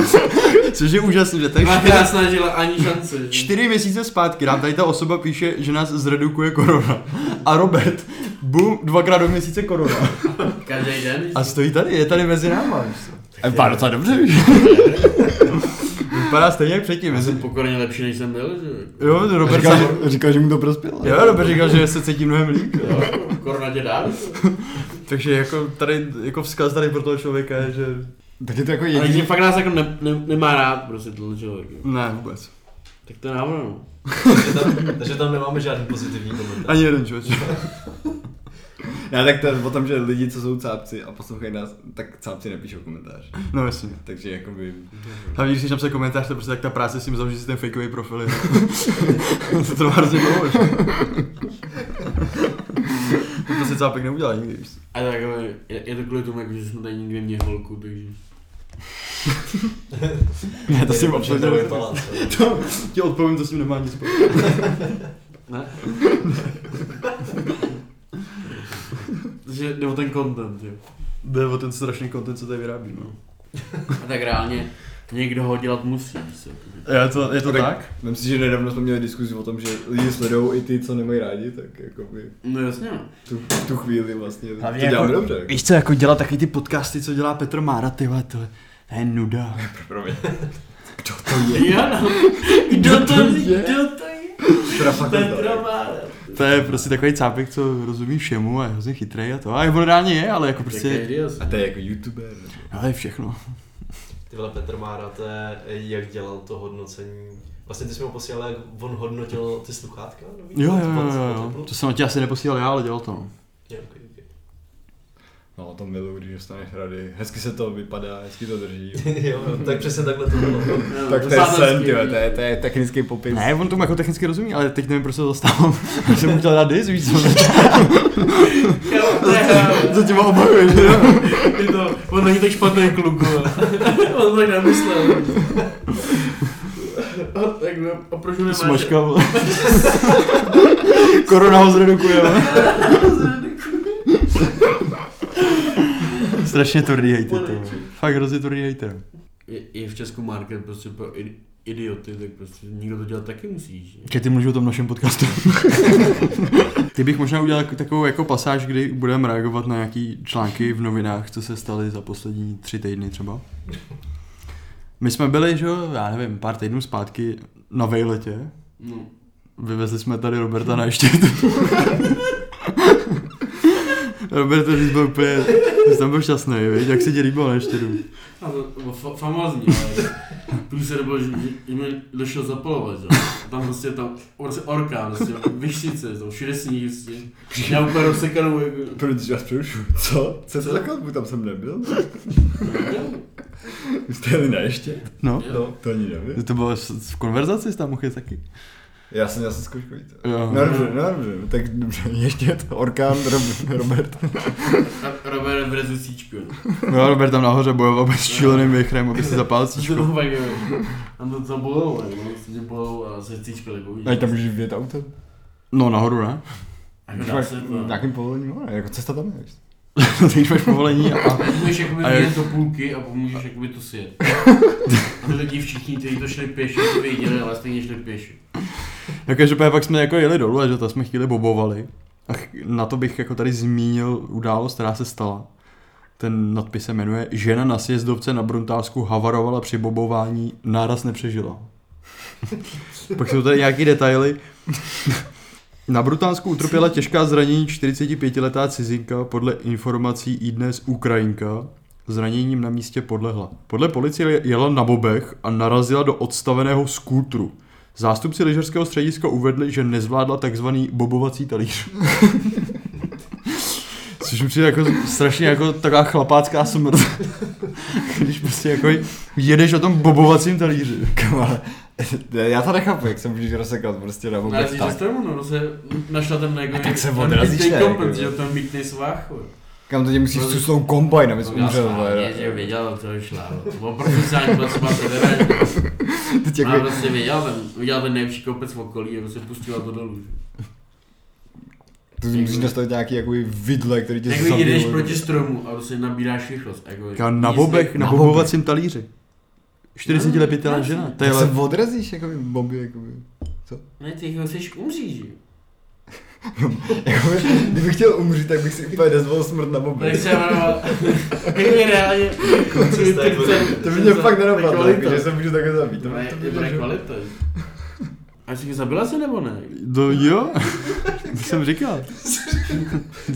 Speaker 7: Což je úžasný, že tady
Speaker 3: Dvakrát snažila, ani šance.
Speaker 7: čtyři měsíce zpátky nám tady ta osoba píše, že nás zredukuje korona. A Robert, bum, dvakrát do měsíce korona.
Speaker 3: Každý den.
Speaker 7: A stojí tady, je tady mezi náma. víš co.
Speaker 6: A vypadá docela dobře, víš?
Speaker 7: Vypadá stejně jak předtím.
Speaker 3: Já
Speaker 7: mezi-
Speaker 3: jsem pokorně lepší, než jsem byl, že jo.
Speaker 7: Jo, Robert,
Speaker 6: Říkal,
Speaker 7: se,
Speaker 6: že, říkal, že mu to prospělo.
Speaker 7: jo, Robert říkal, že se cítí mnohem líp.
Speaker 3: Korona tě dá.
Speaker 7: Takže jako tady, jako vzkaz tady pro toho člověka je, že
Speaker 6: Tak je to jako
Speaker 3: Ale
Speaker 6: jediný,
Speaker 3: že fakt nás jako ne, ne, nemá rád prostě tenhle člověk. jo.
Speaker 7: ne vůbec.
Speaker 3: Tak to je návno. no.
Speaker 5: Takže tam, takže tam nemáme žádný pozitivní komentář.
Speaker 7: Ani jeden člověk.
Speaker 6: Já tak to je o tom, že lidi, co jsou cápci a poslouchají nás, tak cápci nepíšou komentář.
Speaker 7: No jasně.
Speaker 6: Takže jakoby...
Speaker 7: Hlavně když jsi napsal komentář, to prostě tak ta práce s tím založit si ten fakeový profil. jako jo. to trvá hrozně dlouho, že? to prostě cápek neudělá nikdy, víš. co.
Speaker 3: A tak ale je, je to kvůli tomu, jako, že jsme tady nikdy měli holku, takže...
Speaker 6: Ne, to si
Speaker 5: absolutně
Speaker 6: absolutně
Speaker 5: palác. jo.
Speaker 7: To ti odpovím, to s tím nemá nic spolu.
Speaker 3: Ne? Takže jde o ten content, jo.
Speaker 7: Jde o ten strašný content, co tady vyrábí, no.
Speaker 3: A tak reálně někdo ho dělat musí. Se.
Speaker 7: Je to, je to tak?
Speaker 6: Myslím si, že nedávno jsme měli diskuzi o tom, že lidi sledují i ty, co nemají rádi, tak jakoby
Speaker 3: No jasně no.
Speaker 6: tu, v tu chvíli vlastně
Speaker 7: Hlavně
Speaker 6: to
Speaker 7: jako-
Speaker 6: děláme dobře.
Speaker 7: Víš co, jako dělat takový ty podcasty, co dělá Petr Mára, ty vole, to je nuda.
Speaker 3: Jo no. Kdo to
Speaker 6: je?
Speaker 3: je? Kdo to je?
Speaker 6: Teda fakt
Speaker 3: Petra Mára.
Speaker 2: To je prostě takový cápek, co rozumí všemu a je hrozně chytrý a to. A on reálně je, ale jako
Speaker 3: Prostě...
Speaker 2: prostě...
Speaker 6: A to je jako youtuber. nebo-
Speaker 7: No,
Speaker 2: Ale je všechno.
Speaker 5: Ty vole Petr Mára, to je, jak dělal to hodnocení. Vlastně ty jsi mu posílal, jak on hodnotil ty sluchátka? nový?
Speaker 2: Jo, jo,
Speaker 5: Pod-
Speaker 2: jo, jo, jo.
Speaker 5: pod-
Speaker 2: To jsem ti asi neposílal já, ale dělal to. no.
Speaker 5: Jo, ok, ok.
Speaker 6: No, to miluji, když dostaneš rady. Hezky se to vypadá, hezky to drží.
Speaker 5: Jo, jo, tak přesně takhle to bylo.
Speaker 6: tak to je sen, ty vole, to je, to je technický popis.
Speaker 2: Ne, on tomu jako technicky rozumí, ale teď nevím, proč se to zastávám. Že jsem mu chtěl dát dis, víš co?
Speaker 3: Jo, to je-
Speaker 2: Co tě má obavit,
Speaker 3: Je to, on není tak špatný kluk, vole. On to tak nemyslel. A tak no, a proč ho nemáš?
Speaker 2: Smažka, vole. Korona ho zredukuje, vole. Strašně tvrdý hejter, to. Fakt hrozně tvrdý hejter.
Speaker 3: Je, je v Česku market prostě pro id- idioty, tak prostě nikdo to dělat taky musí, že?
Speaker 2: Že ty mluvíš o tom našem podcastu. ty bych možná udělal jako- takovou jako pasáž, kdy budeme reagovat na nějaký články v novinách, co se staly za poslední tři týdny třeba. My jsme byli, že jo, já nevím, pár týdnů zpátky na vejletě.
Speaker 3: No.
Speaker 2: Vyvezli jsme tady Roberta na ještě. Robert, ty jsi byl úplně, ty jsi tam byl šťastný, víš, jak se ti líbilo na ještěru.
Speaker 3: A to to bylo fa- famózní, ale průser byl, že že jim došel zapalovat, že? A Tam prostě tam prostě orkán, prostě vyšnice, tam všude sníh, prostě. Já úplně rozsekanou, jako...
Speaker 6: Proč vás přerušu? Co? Co se takhle? Tam jsem nebyl? Vy Jste jeli na ještě?
Speaker 2: No,
Speaker 5: Jo.
Speaker 6: To ani nevím.
Speaker 2: to bylo s- v konverzaci jsi tam mohl jít taky.
Speaker 6: Já jsem, já jsem zkouškový.
Speaker 2: Jo.
Speaker 6: No dobře, no dobře, no tak dobře, ještě to, Orkán, Rob- Robert.
Speaker 3: A Robert v rezu síčku, no.
Speaker 2: No, Robert tam nahoře bojoval s šíleným věchrem, aby si zapálil
Speaker 3: Co to
Speaker 2: cíčko.
Speaker 3: bylo fakt, jo. A to to bylo, ale no, to tě bylo a se jako cíčko, tak uvidíš.
Speaker 6: Ať No, tam můžeš vjet autem.
Speaker 2: No, nahoru, ne?
Speaker 3: A jako
Speaker 6: Když
Speaker 3: dá
Speaker 6: máš
Speaker 3: se to.
Speaker 6: nějakým povolením, ne, jako cesta tam je. víš.
Speaker 2: Teď máš povolení a...
Speaker 3: Můžeš jakoby
Speaker 2: A jak-
Speaker 3: vyjet do půlky a pomůžeš jakoby to sjet. A ty lidi všichni, kteří to šli pěši, to věděli, ale stejně šli pěši.
Speaker 2: No, každopádně pak jsme jako jeli dolů, a že to jsme chvíli bobovali. A ch- na to bych jako tady zmínil událost, která se stala. Ten nadpis se jmenuje Žena na sjezdovce na Bruntálsku havarovala při bobování, náraz nepřežila. Pak jsou tady nějaký detaily. Na Brutálsku utrpěla těžká zranění 45-letá cizinka, podle informací i dnes Ukrajinka, zraněním na místě podlehla. Podle policie jela na bobech a narazila do odstaveného skútru. Zástupci lyžařského střediska uvedli, že nezvládla takzvaný bobovací talíř. Což mi přijde jako strašně jako taková chlapácká smrt. Když prostě jako jedeš o tom bobovacím talíři.
Speaker 6: Kamale, já to nechápu, jak se můžeš rozsekat prostě
Speaker 3: No,
Speaker 6: na
Speaker 3: Ale
Speaker 6: vůbec
Speaker 3: říš, že
Speaker 6: tak.
Speaker 3: jste mu, no, se našla ten jako
Speaker 6: A tak se
Speaker 3: ten
Speaker 6: odrazíš,
Speaker 3: mítnej
Speaker 6: ne,
Speaker 3: komplet,
Speaker 6: jako,
Speaker 3: že jo,
Speaker 6: jo.
Speaker 3: ten mítnej svách, jo.
Speaker 6: Kam to tě musíš cucnout kombajn, abys umřel, vole.
Speaker 3: že věděl, co šla, no. To byl profesionální potřeba se vyražit.
Speaker 6: Teď
Speaker 3: Ale
Speaker 6: jako,
Speaker 3: prostě věděl ten, viděl ten nejlepší kopec v okolí a prostě pustila to dolů. že?
Speaker 6: to si musíš dostat nějaký jako vidle, který tě
Speaker 3: Jako jdeš
Speaker 6: vole.
Speaker 3: proti stromu a prostě nabíráš rychlost. Jako,
Speaker 2: Říká, na bobech, na
Speaker 6: na bobech.
Speaker 2: bobovacím talíři. 45-letá
Speaker 3: No,
Speaker 2: žena.
Speaker 3: jasně.
Speaker 2: To je
Speaker 6: Tak se
Speaker 2: ale
Speaker 6: odrazíš, jakoby, bomby, jakoby.
Speaker 3: Ne, ty jako chceš umřít, že jo.
Speaker 6: Jakoby, kdybych chtěl umřít, tak bych si úplně nezvolil smrt na bomby.
Speaker 3: Tak se jmenoval, jako je reálně,
Speaker 6: To by mě fakt nenapadlo, jako,
Speaker 3: kvalita.
Speaker 6: že se můžu takhle zabít. To,
Speaker 3: To
Speaker 6: by-
Speaker 3: je
Speaker 6: to by
Speaker 3: to bude
Speaker 6: bylo-
Speaker 3: kvalita. že? A říkaj, zabila se nebo ne?
Speaker 2: Do, jo, to jsem říkal.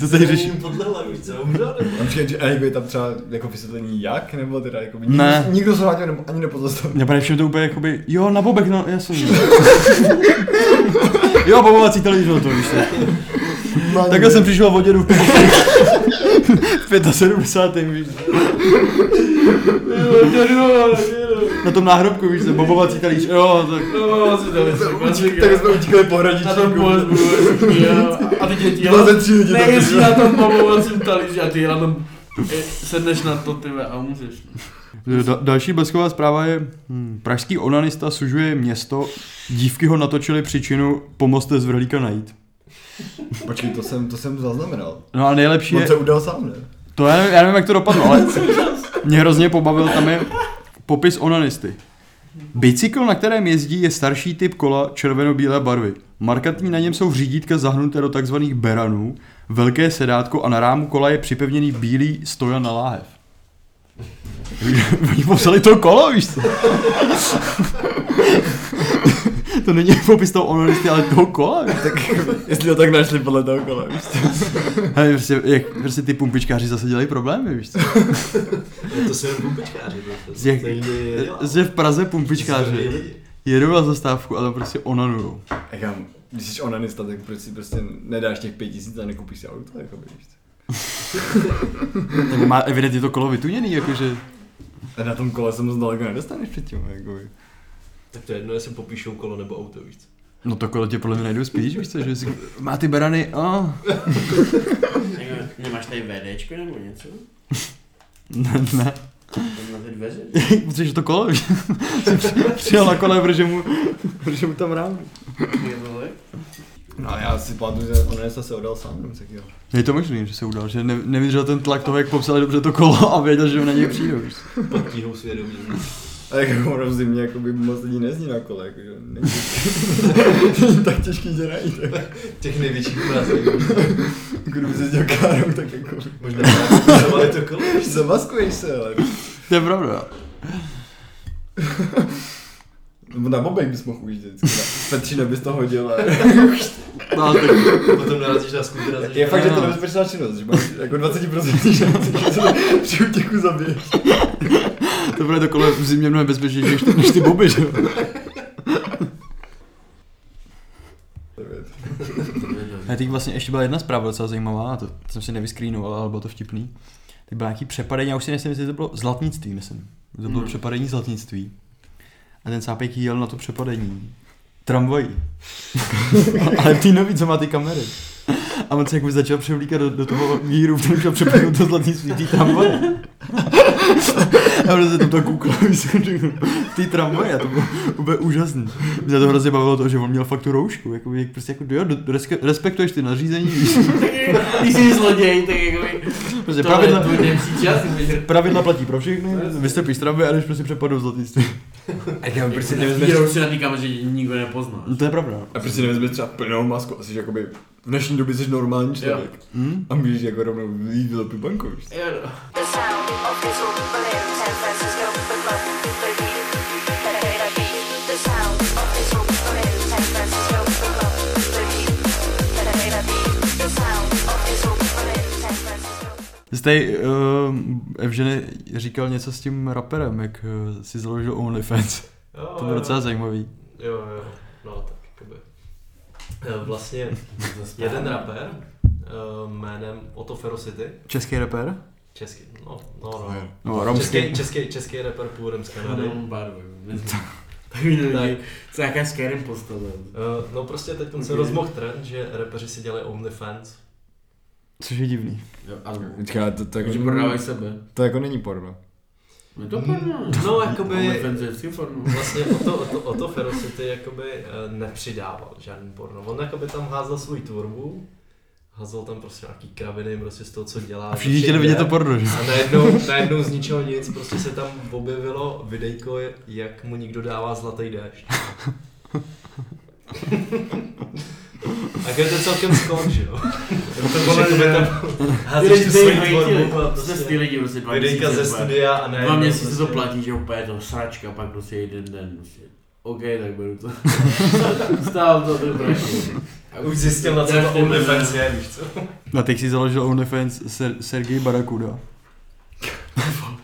Speaker 2: to tady řeším.
Speaker 5: Zraněním podlehla, víš co, umřel nebo?
Speaker 6: A počkej, že- a jako je tam třeba jako vysvětlení jak, nebo teda jako
Speaker 2: Ne.
Speaker 6: nikdo, nikdo se na tě ne- ani nepozastavil.
Speaker 2: Mě pane všem to úplně jakoby, jo, na bobek, no, jasně. jo, bobovací talíř, no to víš. ne. Takhle jsem přišel v dědu v pět- v 75. víš.
Speaker 3: No,
Speaker 2: Na tom náhrobku, víš, se, bobovací talíř, jo, tak.
Speaker 3: No, asi to je
Speaker 6: Utík, tak jsme utíkali po
Speaker 3: Na tom
Speaker 6: hradičníku.
Speaker 3: pohledu, jo. A ty děti,
Speaker 6: Dva ze tří lidi
Speaker 3: ne,
Speaker 6: to
Speaker 3: jestli
Speaker 6: drží.
Speaker 3: na tom pomovacím talíři a ty na tom eh, sedneš na to, ty ve, a umřeš.
Speaker 2: Da- další blesková zpráva je, hmm, pražský onanista sužuje město, dívky ho natočily příčinu, pomozte z vrhlíka najít.
Speaker 6: Počkej, to jsem, to jsem zaznamenal.
Speaker 2: No a nejlepší
Speaker 6: On
Speaker 2: je,
Speaker 6: se udal sám, ne?
Speaker 2: to já nevím, já nevím jak to dopadlo, ale mě hrozně pobavil, tam je popis onanisty. Bicykl, na kterém jezdí, je starší typ kola červeno-bílé barvy. Markantní na něm jsou řídítka zahnuté do tzv. beranů, velké sedátko a na rámu kola je připevněný bílý stojan na láhev. Oni popsali to kolo, víš co? to není popis toho onanisty, ale toho kola. víš co?
Speaker 6: Tak jestli to tak našli podle toho kola, víš co?
Speaker 2: Hele, prostě, jak, prostě ty pumpičkáři zase dělají problémy, víš co?
Speaker 5: To se jenom pumpičkáři, no, to
Speaker 2: Z jak-
Speaker 5: to nikdy nedělá.
Speaker 2: Že v Praze
Speaker 5: To jsou
Speaker 2: pumpičkáři
Speaker 5: lidi.
Speaker 2: jedou na zastávku a tam prostě onanují.
Speaker 6: Tak já, když jsi onanista, tak proč si prostě nedáš těch pět tisíc a nekoupíš si auto, jako víš co?
Speaker 2: Tak má evidentně to kolo vytuněný, jakože...
Speaker 6: A na tom kole se moc daleko nedostaneš předtím, jako by.
Speaker 5: Tak to je jedno, jestli popíšou kolo nebo auto, víš co.
Speaker 2: No to kolo tě podle mě najdou spíš, víš co, že si... Má ty berany, a...
Speaker 3: Jako, Nemáš tady VDčko nebo něco?
Speaker 2: Ne, ne.
Speaker 3: Tam na ty dveře?
Speaker 2: Protože to kolo, víš? Jsem při- Přijel na kole, protože mu, protože mu tam rám.
Speaker 3: Je vole.
Speaker 6: No a já si pamatuju, že onanista se udal sám, nebo tak jo.
Speaker 2: Je to možný, že se udal, že ne, nevydržel ten tlak toho, jak popsali dobře to kolo a věděl, že ho na něj přijde. Víš? co.
Speaker 5: Pod tíhou svědomí.
Speaker 6: A jak jako ono v zimě, jako by moc lidí nezdí na kole, jako že není tak těžký tě najít. Jako
Speaker 5: Těch největších prázdných.
Speaker 6: kdyby se děl károu, tak jako
Speaker 5: Možná právě to kolo.
Speaker 6: už zamaskuješ se, ale
Speaker 2: To je pravda.
Speaker 6: nebo na bobek bys mohl ujíždět. jako Petřina bys to hodil. Ale...
Speaker 2: No, tak,
Speaker 5: Potom narazíš na skuter a
Speaker 6: Je fakt, že to nebezpečná činnost, že máš jako 20% šanci, že se při útěku zabiješ.
Speaker 2: to bude to kolo v zimě mnohem bezpečnější než ty, než ty boby, že jo?
Speaker 3: No,
Speaker 2: A teď vlastně ještě byla jedna zpráva docela zajímavá, a to jsem si nevyskrýnoval, ale bylo to vtipný. Tak bylo nějaký přepadení, já už si nesmím, jestli to bylo zlatnictví, myslím. To bylo
Speaker 3: Hmm.
Speaker 2: přepadení zlatnictví. A ten sápek jel na to přepadení. Tramvají. ale ty nový, co má ty kamery. A on se jako začal převlíkat do, do toho víru, v kterém šel přepadnout to zlatnictví, ty tramvaje. A prostě tam to koukal, víš, ty tramvaje, to bylo úplně úžasný. Mě to hrozně bavilo to, že on měl fakt tu roušku, jako jak prostě jako, jo, do- reske- respektuješ ty nařízení, víš,
Speaker 3: Ty jsi zloděj, tak jako
Speaker 2: prostě
Speaker 3: tohle je
Speaker 2: pravidla,
Speaker 3: tvůj nejlepší čas, ty můžeš-
Speaker 2: pravidla platí pro všechny, vystoupíš z tramvaje a jdeš prostě přepadnout zlatnictví.
Speaker 6: Tak já prostě
Speaker 3: Vírou si na ty kameře, že nikdo nepozná.
Speaker 2: No to je pravda.
Speaker 6: A prostě nevezmeš třeba plnou masku, asi že jakoby
Speaker 7: v dnešní době jsi normální člověk.
Speaker 6: Hm?
Speaker 7: A můžeš jako rovnou jít do banku, víš co?
Speaker 3: Jo, no.
Speaker 4: The sound of this open balloon, San Francisco, but love people need that hate I beat. The sound of this open balloon, San Francisco, but love people need that hate I beat. The sound of this open balloon, San Francisco.
Speaker 2: Zde uh, Evženy říkal něco s tím raperem, jak eh, si založil OnlyFans.
Speaker 5: Jo,
Speaker 2: To bylo
Speaker 5: jo.
Speaker 2: docela zajímavý.
Speaker 5: No, Jo, jo, no tak jakoby. Eh, Vlastně jeden rapper eh, jménem Otto Ferocity,
Speaker 2: Český rapper?
Speaker 5: český, no, no, no.
Speaker 2: No,
Speaker 5: Český,
Speaker 2: romský.
Speaker 5: český, český rapper původem z Kanady.
Speaker 3: Adam Barber, neznám. Takový lidi, co nějaká scary postava.
Speaker 5: Eh, No prostě teď se
Speaker 3: Ok.
Speaker 5: rozmohl trend, že repeři si dělají OnlyFans.
Speaker 2: Což je divný.
Speaker 3: Jo, ano.
Speaker 6: Počkej, to, to, jako,
Speaker 3: Takže prodávají sebe.
Speaker 6: to jako není porno.
Speaker 3: No to porno.
Speaker 5: No, jakoby-
Speaker 3: OnlyFans je vždycky porno.
Speaker 5: Vlastně o to, o to, o to Ferocity jakoby eh, nepřidával žádný porno. On jakoby tam házel svůj tvorbu, házel tam prostě nějaký kraviny prostě z toho, co dělá.
Speaker 2: A všichni
Speaker 5: co
Speaker 2: chtěli
Speaker 5: jde.
Speaker 2: vidět to porno, že?
Speaker 5: A najednou, najednou z ničeho nic, prostě se tam objevilo videjko, jak mu někdo dává zlatý déšť. A je to celkem skon, že jo?
Speaker 3: To
Speaker 5: Že
Speaker 3: bylo,
Speaker 5: jakoby
Speaker 3: že...
Speaker 5: tam házíš tu
Speaker 3: Ty
Speaker 5: svoji
Speaker 3: lidi,
Speaker 5: tvorbu a
Speaker 3: jste z ty
Speaker 5: prostě
Speaker 3: lidi prostě dva
Speaker 5: videjka ze
Speaker 3: měsíce. úplně.
Speaker 5: studia a prostě ne.
Speaker 3: Dva měsíce to platí, že úplně je to sračka, pak prostě jeden den. Prostě. OK, tak beru to. Stál to, to je prašný.
Speaker 5: A už zjistil, na co to OnlyFans je, víš co?
Speaker 2: No teď si založil OnlyFans Ser- Sergej Barakuda.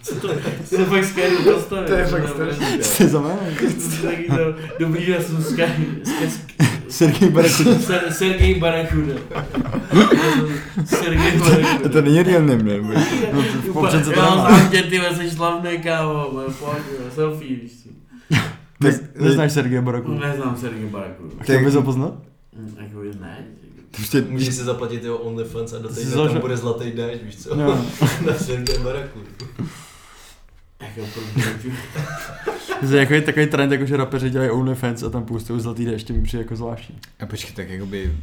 Speaker 3: To je fakt skvělý postavit.
Speaker 7: To je fakt strašný.
Speaker 6: Co je za jméno?
Speaker 3: Taky to, dobrý den, jsem Sky- Sky-
Speaker 6: Sergej Barakuda.
Speaker 3: Ser- Sergej Barakuda. Já jsem Sergej
Speaker 6: A to
Speaker 3: Barakuda.
Speaker 6: není real name, ne?
Speaker 2: No, to v občance to
Speaker 3: Já mám
Speaker 2: nemá.
Speaker 3: sám tě, ty jsi slavný, kámo, bude pojď, jo, selfie, víš co.
Speaker 2: Nez-
Speaker 6: Tak,
Speaker 2: Neznáš Sergeje Barakudu?
Speaker 3: Neznám Sergej Barakuda.
Speaker 2: Chtěl bys ho poznat?
Speaker 3: Hm, Jakoby ne.
Speaker 6: Prostě,
Speaker 5: Můžeš si zaplatit jeho OnlyFans a do
Speaker 2: Jsi
Speaker 5: té doby
Speaker 2: založil-
Speaker 5: tam bude zlatý déšť, víš co?
Speaker 3: No.
Speaker 2: Jo.
Speaker 5: Na Sergej Baraku.
Speaker 3: Jak jo, proč
Speaker 2: To je jako je takový trend, jako že rapeři dělají OnlyFans a tam půstují zlatý déště, mi přijde jako zvláštní.
Speaker 6: A počkej, tak jakoby...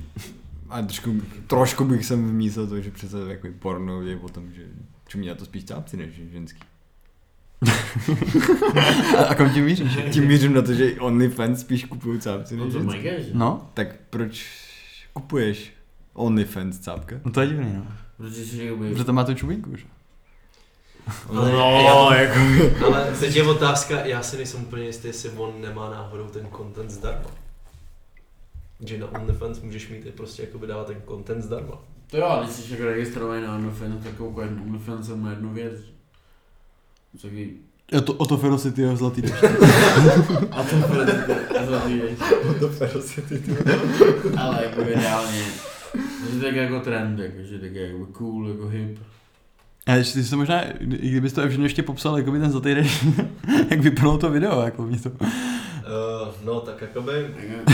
Speaker 6: A trošku, trošku bych sem vmísil to, že přece jako porno je o tom, že čumí na to spíš tápci než ženský.
Speaker 2: A, a kam tím míříš?
Speaker 6: Tím mířím na to, že i OnlyFans spíš kupují cápci
Speaker 3: No
Speaker 6: než
Speaker 3: to
Speaker 6: ženský.
Speaker 3: mega, že?
Speaker 2: No,
Speaker 6: Tak proč kupuješ OnlyFans cápka?
Speaker 2: no to je divný, no.
Speaker 3: Protože si jakoby...
Speaker 2: Protože tam má tu čubinku, že?
Speaker 5: Ale
Speaker 6: no,
Speaker 5: já-
Speaker 6: jako...
Speaker 5: Ale teď je otázka, já si nejsem úplně jistý, jestli on nemá náhodou ten content zdarma. Že na OnlyFans můžeš mít i prostě jakoby dávat ten content zdarma.
Speaker 3: To jo, ale když jsi jako registrovaný na OnlyFans, tak koukají na OnlyFans a má jednu věc. Taky...
Speaker 2: A to, o to Ferocity jeho zlatý déště.
Speaker 3: A to bude a to víš.
Speaker 6: to ferocity, ty.
Speaker 3: Ale jako reálně. Že to je jako trend, jako, že tak je jako cool, jako hip.
Speaker 2: A ještě ty jsi to možná, i kdybys to Evžen ještě popsal, jako by ten zlatý déšť, jak vypadalo to video, jako mě to.
Speaker 5: Uh, no tak jakoby...
Speaker 3: Jako-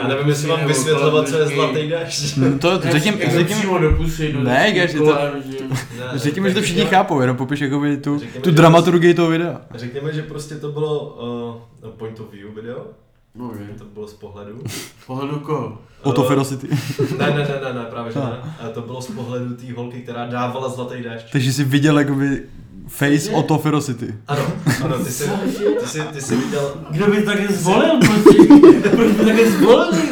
Speaker 5: Já nevím, jestli mám vysvětlovat, co je zlatý déšť.
Speaker 2: No to, to řekněme,
Speaker 3: Jako
Speaker 2: řekněme,
Speaker 3: přímo do pusy, do
Speaker 2: Ne,
Speaker 3: desky
Speaker 2: jak je to-
Speaker 3: kolem, že jo.
Speaker 5: Ne,
Speaker 2: řekněme, že to
Speaker 5: tak
Speaker 2: všichni
Speaker 5: řekněme-
Speaker 2: chápou, jenom popiš jakoby tu,
Speaker 5: Řekněme,
Speaker 2: tu
Speaker 5: že-
Speaker 2: dramaturgii toho videa.
Speaker 5: Řekněme, že prostě to bylo uh, point of view video,
Speaker 3: No, že.
Speaker 5: to bylo z pohledu.
Speaker 3: Pohledu koho?
Speaker 2: O to
Speaker 5: Eh,
Speaker 2: Ferocity.
Speaker 5: Ne, ne, ne, ne, ne, právě že ne.
Speaker 2: Ah.
Speaker 5: A to bylo z pohledu té holky, která dávala zlatý déšť.
Speaker 2: Takže jsi viděl jakoby face o to Ferocity.
Speaker 5: Ano, ano, ty jsi, ty jsi, ty jsi viděl,
Speaker 3: Kdo by takhle zvolil prostě? Proč by takhle zvolil?
Speaker 5: ty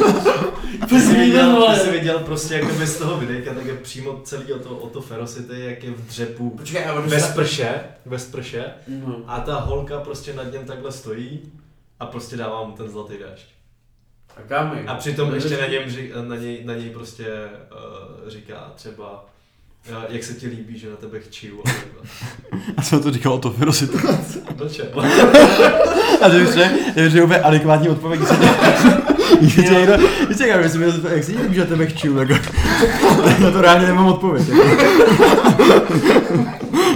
Speaker 3: To
Speaker 5: jsi
Speaker 3: jsi
Speaker 5: viděl, ty jsi
Speaker 3: viděl,
Speaker 5: viděl prostě jako bez toho videjka, tak je přímo celý o to, o to ferocity, jak je v dřepu,
Speaker 3: Počkej, ale
Speaker 5: bez prše, bez prše
Speaker 3: No.
Speaker 5: a ta holka prostě nad něm takhle stojí a prostě dává mu ten zlatý déšť.
Speaker 3: A kam je?
Speaker 5: A přitom ještě na, něm, ři- na, něj, na něj prostě uh, říká třeba, eh, jak se ti líbí, že na tebe chčiju a takhle.
Speaker 2: A co to říkal o to Ferocity?
Speaker 5: Do čeho?
Speaker 2: A to je je že úplně adekvátní odpověď, když se tě... Když se tě někdo... Když se někdo, myslím, jak si někdo, že tebe chčil, jako... Na to reálně nemám odpověď, jako.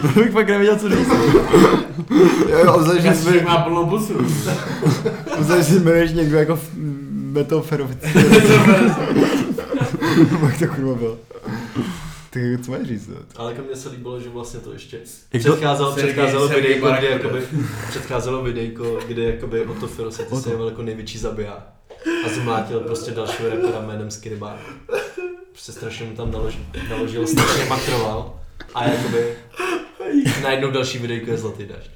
Speaker 2: To bych fakt nevěděl, co říct.
Speaker 6: Jo, obzvlášť, že
Speaker 3: Že
Speaker 6: jsme-
Speaker 3: má plnou pusu.
Speaker 6: obzvlášť, že jmenuješ někdo jako f- Beto Ferovic. Jak to kurva bylo. Tak jako co máš říct, no?
Speaker 5: Ale jako mně se líbilo, že vlastně to ještě
Speaker 2: Jak to-
Speaker 5: předcházelo,
Speaker 3: Sergej-
Speaker 5: předcházelo
Speaker 3: Sergej
Speaker 5: videjko, kde
Speaker 3: Barakuda.
Speaker 5: jakoby, předcházelo videjko, kde jakoby Otto Ferocity se jevil jako největší zabiják. A zmlátil prostě dalšího rapera jménem Skinny Bar. Prostě strašně mu tam naložil, naložil strašně makroval. A jakoby najednou další videjko je Zlatý dažď.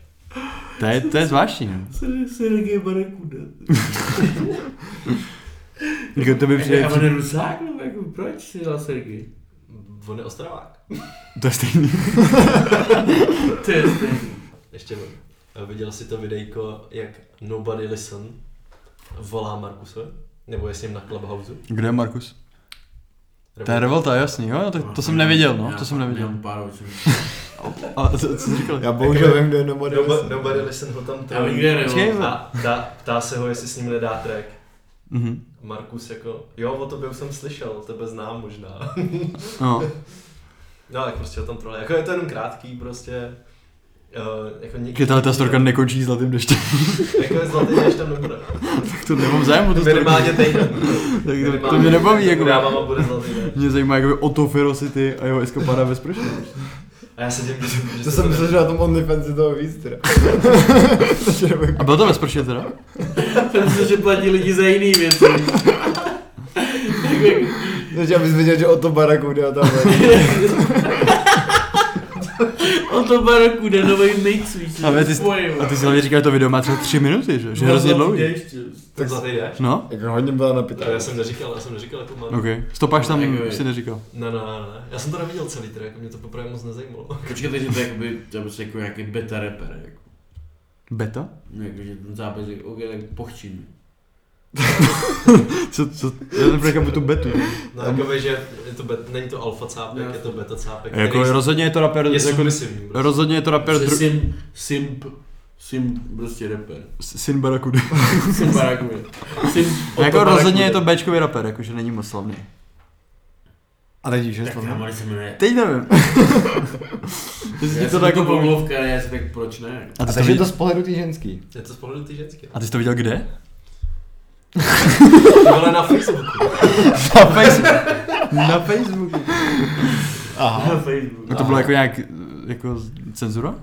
Speaker 2: To je, to je zvláštní, no.
Speaker 3: Sergej Barakuda.
Speaker 2: Jako to by přijde,
Speaker 3: A on je rusák, nebo jako proč si dělal Sergej?
Speaker 5: On je ostravák.
Speaker 2: to je stejný.
Speaker 3: To je stejný.
Speaker 5: Ještě jednou. Eh, viděl jsi to videjko, jak Nobody Listen volá Markuse? Nebo je s ním na Clubhouse?
Speaker 2: Kde je Markus? To je revolta, jasný, jo, to, to jsem neviděl, no, to jsem neviděl.
Speaker 3: Měl pár očí.
Speaker 2: A co, co jsi říkal?
Speaker 5: Jako
Speaker 7: Já bohužel vím, kde je Nobody
Speaker 5: Nobody, nobody Listen ho tam
Speaker 3: Já vím,
Speaker 5: trolí.
Speaker 3: kde je
Speaker 2: Počkej,
Speaker 3: revolta.
Speaker 5: A dá, ptá se ho, jestli s ním nedá track.
Speaker 2: Mhm.
Speaker 5: Markus jako, jo, o tobě už jsem slyšel, tebe znám možná.
Speaker 2: No,
Speaker 5: no, tak prostě o tom trole. Jako je to jenom krátký, prostě. Uh, jako nikdy,
Speaker 2: Kdy tahle ta storka nekončí zlatým deštěm,
Speaker 5: Jako je zlatý, než tam nebude.
Speaker 2: tak to nemám zájem o tu storku.
Speaker 5: Minimálně týden.
Speaker 2: Tak to, to mě nebaví, jako.
Speaker 5: Já mám a bude zlatý, ne?
Speaker 2: Mě zajímá jakoby Otto Ferocity a jeho Escopada bez pršku.
Speaker 5: A já se tím, že, že
Speaker 7: To jsem
Speaker 5: to
Speaker 7: myslel, že na tom OnlyFans je toho víc teda. Takže nebo-
Speaker 2: A byl to bez prše teda?
Speaker 3: Protože platí lidi za jiný věci.
Speaker 7: Takže abys věděl, že o to baraku jde a tam
Speaker 3: O to baroku jde nový mix, víš,
Speaker 2: A, ty, a ty si hlavně říkáš, že to video má třeba tři minuty, že? Že je hrozně
Speaker 3: No,
Speaker 2: dlouhý.
Speaker 5: tak zlatý jdeš.
Speaker 2: No,
Speaker 7: Jako hodně byla
Speaker 5: No,
Speaker 7: napitá.
Speaker 5: já jsem neříkal, já jsem neříkal, jako mám.
Speaker 2: ok. Stopáš tam
Speaker 3: Jako-
Speaker 2: si neříkal.
Speaker 5: Ne, ne, ne, ne, já jsem to neviděl celý track, mě to poprvé moc nezajímalo.
Speaker 3: Počkej, takže to je jakoby, to je jako nějaký beta rapper, jako. No,
Speaker 2: Beta?
Speaker 3: Jakože ten zápas je OK, tak pochčím.
Speaker 2: Co, co, já neprýkám tu betu.
Speaker 5: No, jako že je to bet, není to alfa cápek, je to beta cápek,
Speaker 2: Jako
Speaker 5: který
Speaker 2: rozhodně je to rapper,
Speaker 5: je
Speaker 2: jako,
Speaker 5: submisivní. prostě.
Speaker 2: rozhodně je to rapper
Speaker 3: Prostě
Speaker 2: dru-
Speaker 3: simp, simp, simp, prostě rapper.
Speaker 2: syn Barakudy.
Speaker 3: Simp barakude. Simp, o
Speaker 2: Jako
Speaker 3: to
Speaker 2: rozhodně
Speaker 3: barakude.
Speaker 2: je to Bčkový rapper, jakože není moc slavný.
Speaker 6: A teď víš, že je
Speaker 3: Tak kámo, když se jmenuje.
Speaker 2: Teď nevím. Jestli ti
Speaker 3: Já
Speaker 2: to
Speaker 3: jsem
Speaker 2: tak
Speaker 3: jako
Speaker 2: jako
Speaker 3: pomluvka, já si tak proč ne?
Speaker 2: a ty,
Speaker 7: A
Speaker 2: jsi to
Speaker 7: takže
Speaker 2: viděl,
Speaker 7: to z pohledu tý ženský.
Speaker 5: Je to z pohledu ty ženské.
Speaker 2: a ty jsi to viděl kde?
Speaker 5: Ty vole na Facebooku.
Speaker 2: Na Facebooku. Na Facebooku.
Speaker 3: Na Facebooku.
Speaker 2: No to bylo jako nějak jako cenzura?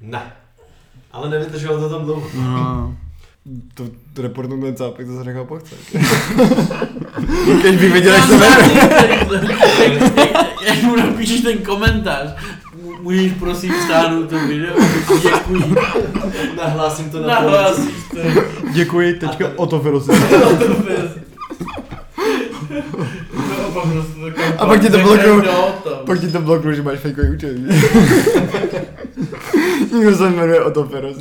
Speaker 5: Ne. Ale nevydrželo to tam dlouho.
Speaker 2: No.
Speaker 7: To, to reportnul ten cápek, to se nechal pochce.
Speaker 2: Když bych viděl, jak to
Speaker 3: Jak mu napíšeš ten komentář, můžeš prosím stáhnout to video, děkuji,
Speaker 5: Nahlásím to na policii.
Speaker 3: nahlásíš to.
Speaker 2: Děkuji, teďka o to vyrozuměl.
Speaker 3: No to bez. No, pak prostě to kam-
Speaker 7: A pak ti to jako-
Speaker 3: nechaj
Speaker 7: blokuju.
Speaker 3: dál tam.
Speaker 7: Pak ti to blokuje, že máš fejkový účet. Nikdo se jmenuje o to Feroz.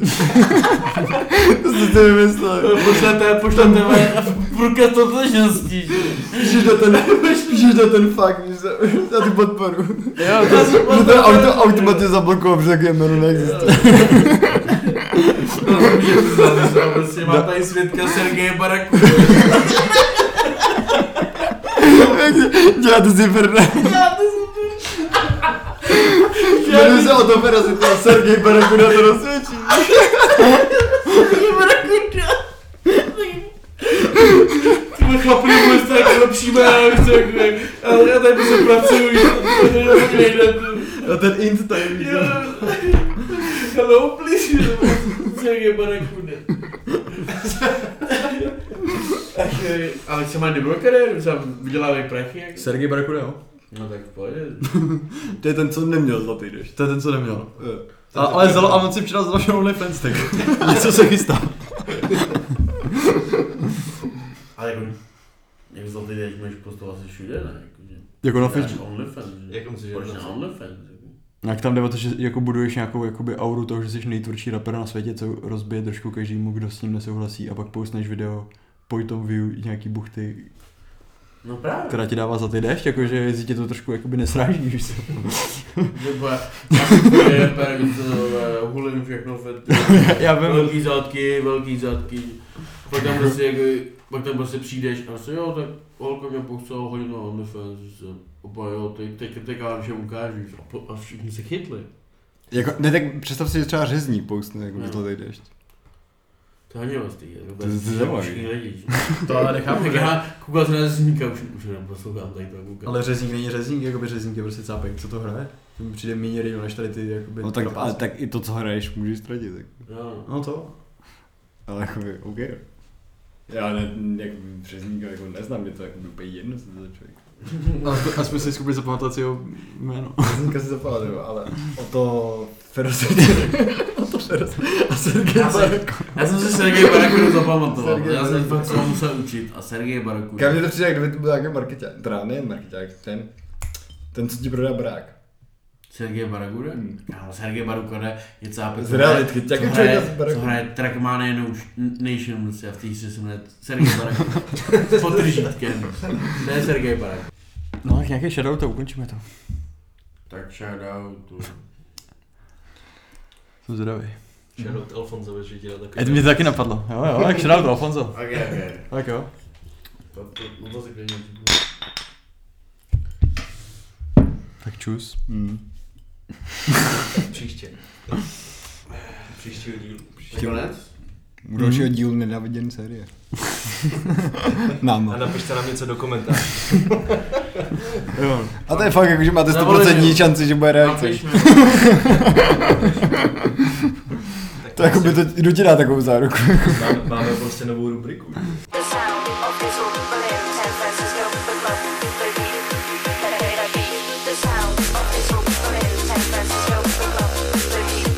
Speaker 7: to jsi ty vymyslel.
Speaker 3: Pošlete, pošlete mě a průkaz totožnosti, že?
Speaker 7: Píšeš na ten, píšeš na ten fakt, víš, za- na tu podporu.
Speaker 3: Jo, to si
Speaker 7: Že to auto automatně zablokoval, protože takové jméno neexistuje.
Speaker 3: To může vzat, že jo, prostě má tady svědka Sergeje Baraku.
Speaker 7: Děláte si prdel. Jmenuji se o to Feroz, je to Sergej Barakuda to rozsvědčí.
Speaker 3: Tyhle chlapy nebude stát jako lepší jména, víš co, jako, ale já tady prostě pracuji, víš co, to je to nejde. to-
Speaker 2: A ten int tady víš.
Speaker 3: Jo. Hello, please, jo, Sergej Baraku, ne. Ach, jo, Ale co má dobrou kariéru, třeba vydělávají prachy, jak?
Speaker 2: Sergej Barakuda, jo?
Speaker 3: No tak v pohodě.
Speaker 2: To je ten, co neměl zlatý dešť. To je ten, co neměl.
Speaker 7: Jo.
Speaker 2: A, ale zalo, a on si přidal založil OnlyFans, tak něco se chystá.
Speaker 3: Ale jako, jak zlatý děť můžeš postovat asi všude, ne? Jakože-
Speaker 2: Jako na
Speaker 3: Dáš
Speaker 2: Facebooku.
Speaker 3: OnlyFans, že?
Speaker 5: Jak musíš
Speaker 3: Proč
Speaker 5: na
Speaker 3: na
Speaker 5: Facebooku?
Speaker 3: OnlyFans? jako?
Speaker 2: Jak tam jde o to, že jako buduješ nějakou jakoby auru toho, že jsi nejtvrdší rapper na světě, co rozbije držku každému, kdo s ním nesouhlasí a pak postneš video pojtom view nějaký buchty,
Speaker 3: No právě.
Speaker 2: která ti dává za ty dešť, jakože jestli tě to trošku jakoby nesráží, víš co?
Speaker 3: Nebo já si půjde, tak eh, hulím všechno fet.
Speaker 2: Já vím,
Speaker 3: Velký zadky, velký zadky. Pak tam prostě jako, pak tam prostě přijdeš a se jo, tak holka mě pochcela hodinu na OnlyFans, že se oba jo, teď, teď, teď já všem ukážu, víš, a, po, a všichni se chytli.
Speaker 6: Jako, ne, tak představ si, že třeba řezní postne, jako no. zlatý dešť.
Speaker 3: To je hodně hostý, je to
Speaker 6: To je zajímavý.
Speaker 3: všichni lidi.
Speaker 2: to ale
Speaker 3: Tak já koukal jsem na zníka, už, už jenom poslouchám tady to koukám.
Speaker 2: Ale řezník není řezník, jakoby řezník je prostě cápek, co to hraje? To mi přijde méně rýno, než tady ty jakoby
Speaker 6: No tak, ale
Speaker 2: trapáci.
Speaker 6: tak i to, co hraješ, můžeš ztratit. Tak.
Speaker 3: Jo.
Speaker 2: No to.
Speaker 6: Ale jako by, OK. Já ne, jako řezník jako neznám, je to jako úplně jedno, co to za člověk.
Speaker 2: A jsme si schopni zapamatovat si jeho jméno.
Speaker 7: Zníka si zapamatuju, ale o to Feroz.
Speaker 3: A Sergej Baraků. Já jsem si Sergej Baraků zapamatoval. protože Já jsem fakt se ho musel učit. A Sergej Baraků.
Speaker 6: Kam mě to přijde, jak kdyby to byl nějaký marketák, teda ne marketák, ten, ten, co ti prodá barák.
Speaker 3: Sergej Baraků, ne? Kámo, Sergej Baraků ne, je cápek.
Speaker 6: Hmm. Z
Speaker 3: co hraje-
Speaker 6: realitky,
Speaker 3: co
Speaker 6: jaký
Speaker 3: hraje-
Speaker 6: člověk z Baraků?
Speaker 3: Co hraje Trackmania Notion- Nation, prostě, a v té hře se jmenuje Sergej Baraků. S potržítkem. To je Sergej Baraků.
Speaker 2: No, tak nějaký shadow to ukončíme to.
Speaker 3: Tak shoutoutu.
Speaker 2: Jsem zvědavý.
Speaker 5: Shoutout Alfonzovi, že dělal
Speaker 2: Ed
Speaker 5: takový...
Speaker 2: mě to taky napadlo. Jo, jo, tak shadow to Alfonso.
Speaker 3: Ok, ok.
Speaker 2: Tak jo.
Speaker 3: To, to, no to si klidně
Speaker 2: Tak čus.
Speaker 6: Hmm.
Speaker 5: Příště. Příštího dílu.
Speaker 3: Konec?
Speaker 6: U dalšího dílu nenáviděn série. Nám.
Speaker 5: A napište nám něco do komentářů.
Speaker 2: Jo.
Speaker 6: A to je fakt, jakože máte 100% šanci, že bude reakce.
Speaker 3: Napiš mi.
Speaker 6: To jako by to, kdo ti dá takovou záruku?
Speaker 5: Máme, máme prostě novou rubriku.
Speaker 4: The sound of this open balloon, San Francisco, the club, the beat, the head I beat. The sound of this open balloon, San Francisco, the club, the beat,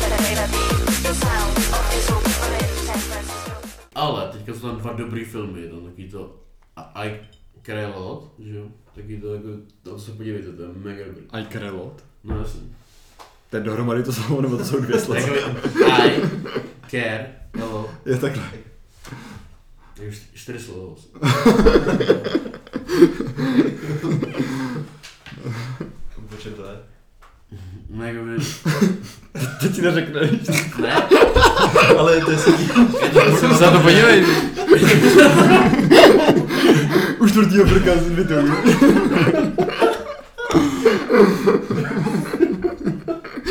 Speaker 4: the head I beat. The sound of this open balloon, San Francisco.
Speaker 3: Ale teďka jsou tam dva dobrý filmy, jeden takový to A- I Care a Lot, že jo? Taky to jako, tam se podívejte, to je mega dobrý.
Speaker 6: I care a lot.
Speaker 3: No jasný.
Speaker 6: To je dohromady to slovo, nebo to jsou dvě slova?
Speaker 3: Takový I Care a Lot.
Speaker 6: Je takhle.
Speaker 3: Tak už čtyři slova. vlastně.
Speaker 5: Počkej, to je?
Speaker 3: No jako by,
Speaker 6: To ti neřekneš.
Speaker 3: ne,
Speaker 5: Ale to je
Speaker 3: je to jsem
Speaker 2: Se na to podívej.
Speaker 6: Už čtvrtýho prka z videu.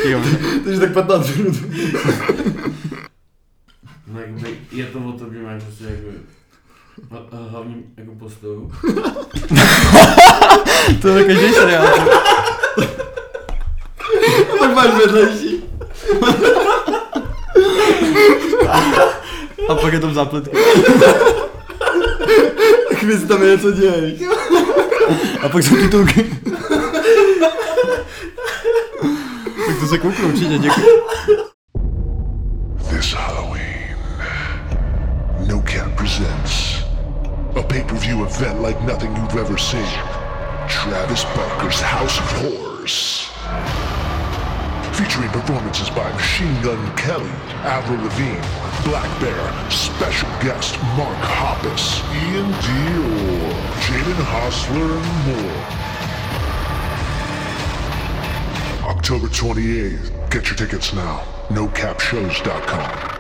Speaker 2: Jo.
Speaker 6: Takže tak 15 minut.
Speaker 3: No jakoby, je to o tom, že máš prostě jako hla- hlavní jako postavu.
Speaker 2: To je každý seriál.
Speaker 6: Tak máš vedlejší.
Speaker 2: A pak je to v zápletku.
Speaker 6: Chvíz tam je něco děješ. A pak jsou titulky.
Speaker 2: Tak to se kouknu určitě, děkuji.
Speaker 1: This Halloween, No Cap presents a pay per view event like nothing you've ever seen Travis Barker's House of Horrors. Featuring performances by Machine Gun Kelly, Avril Lavigne, Black Bear, special guest Mark Hoppus, Ian Dior, Jaden Hostler, and more. October 28th. Get your tickets now. NoCapShows.com.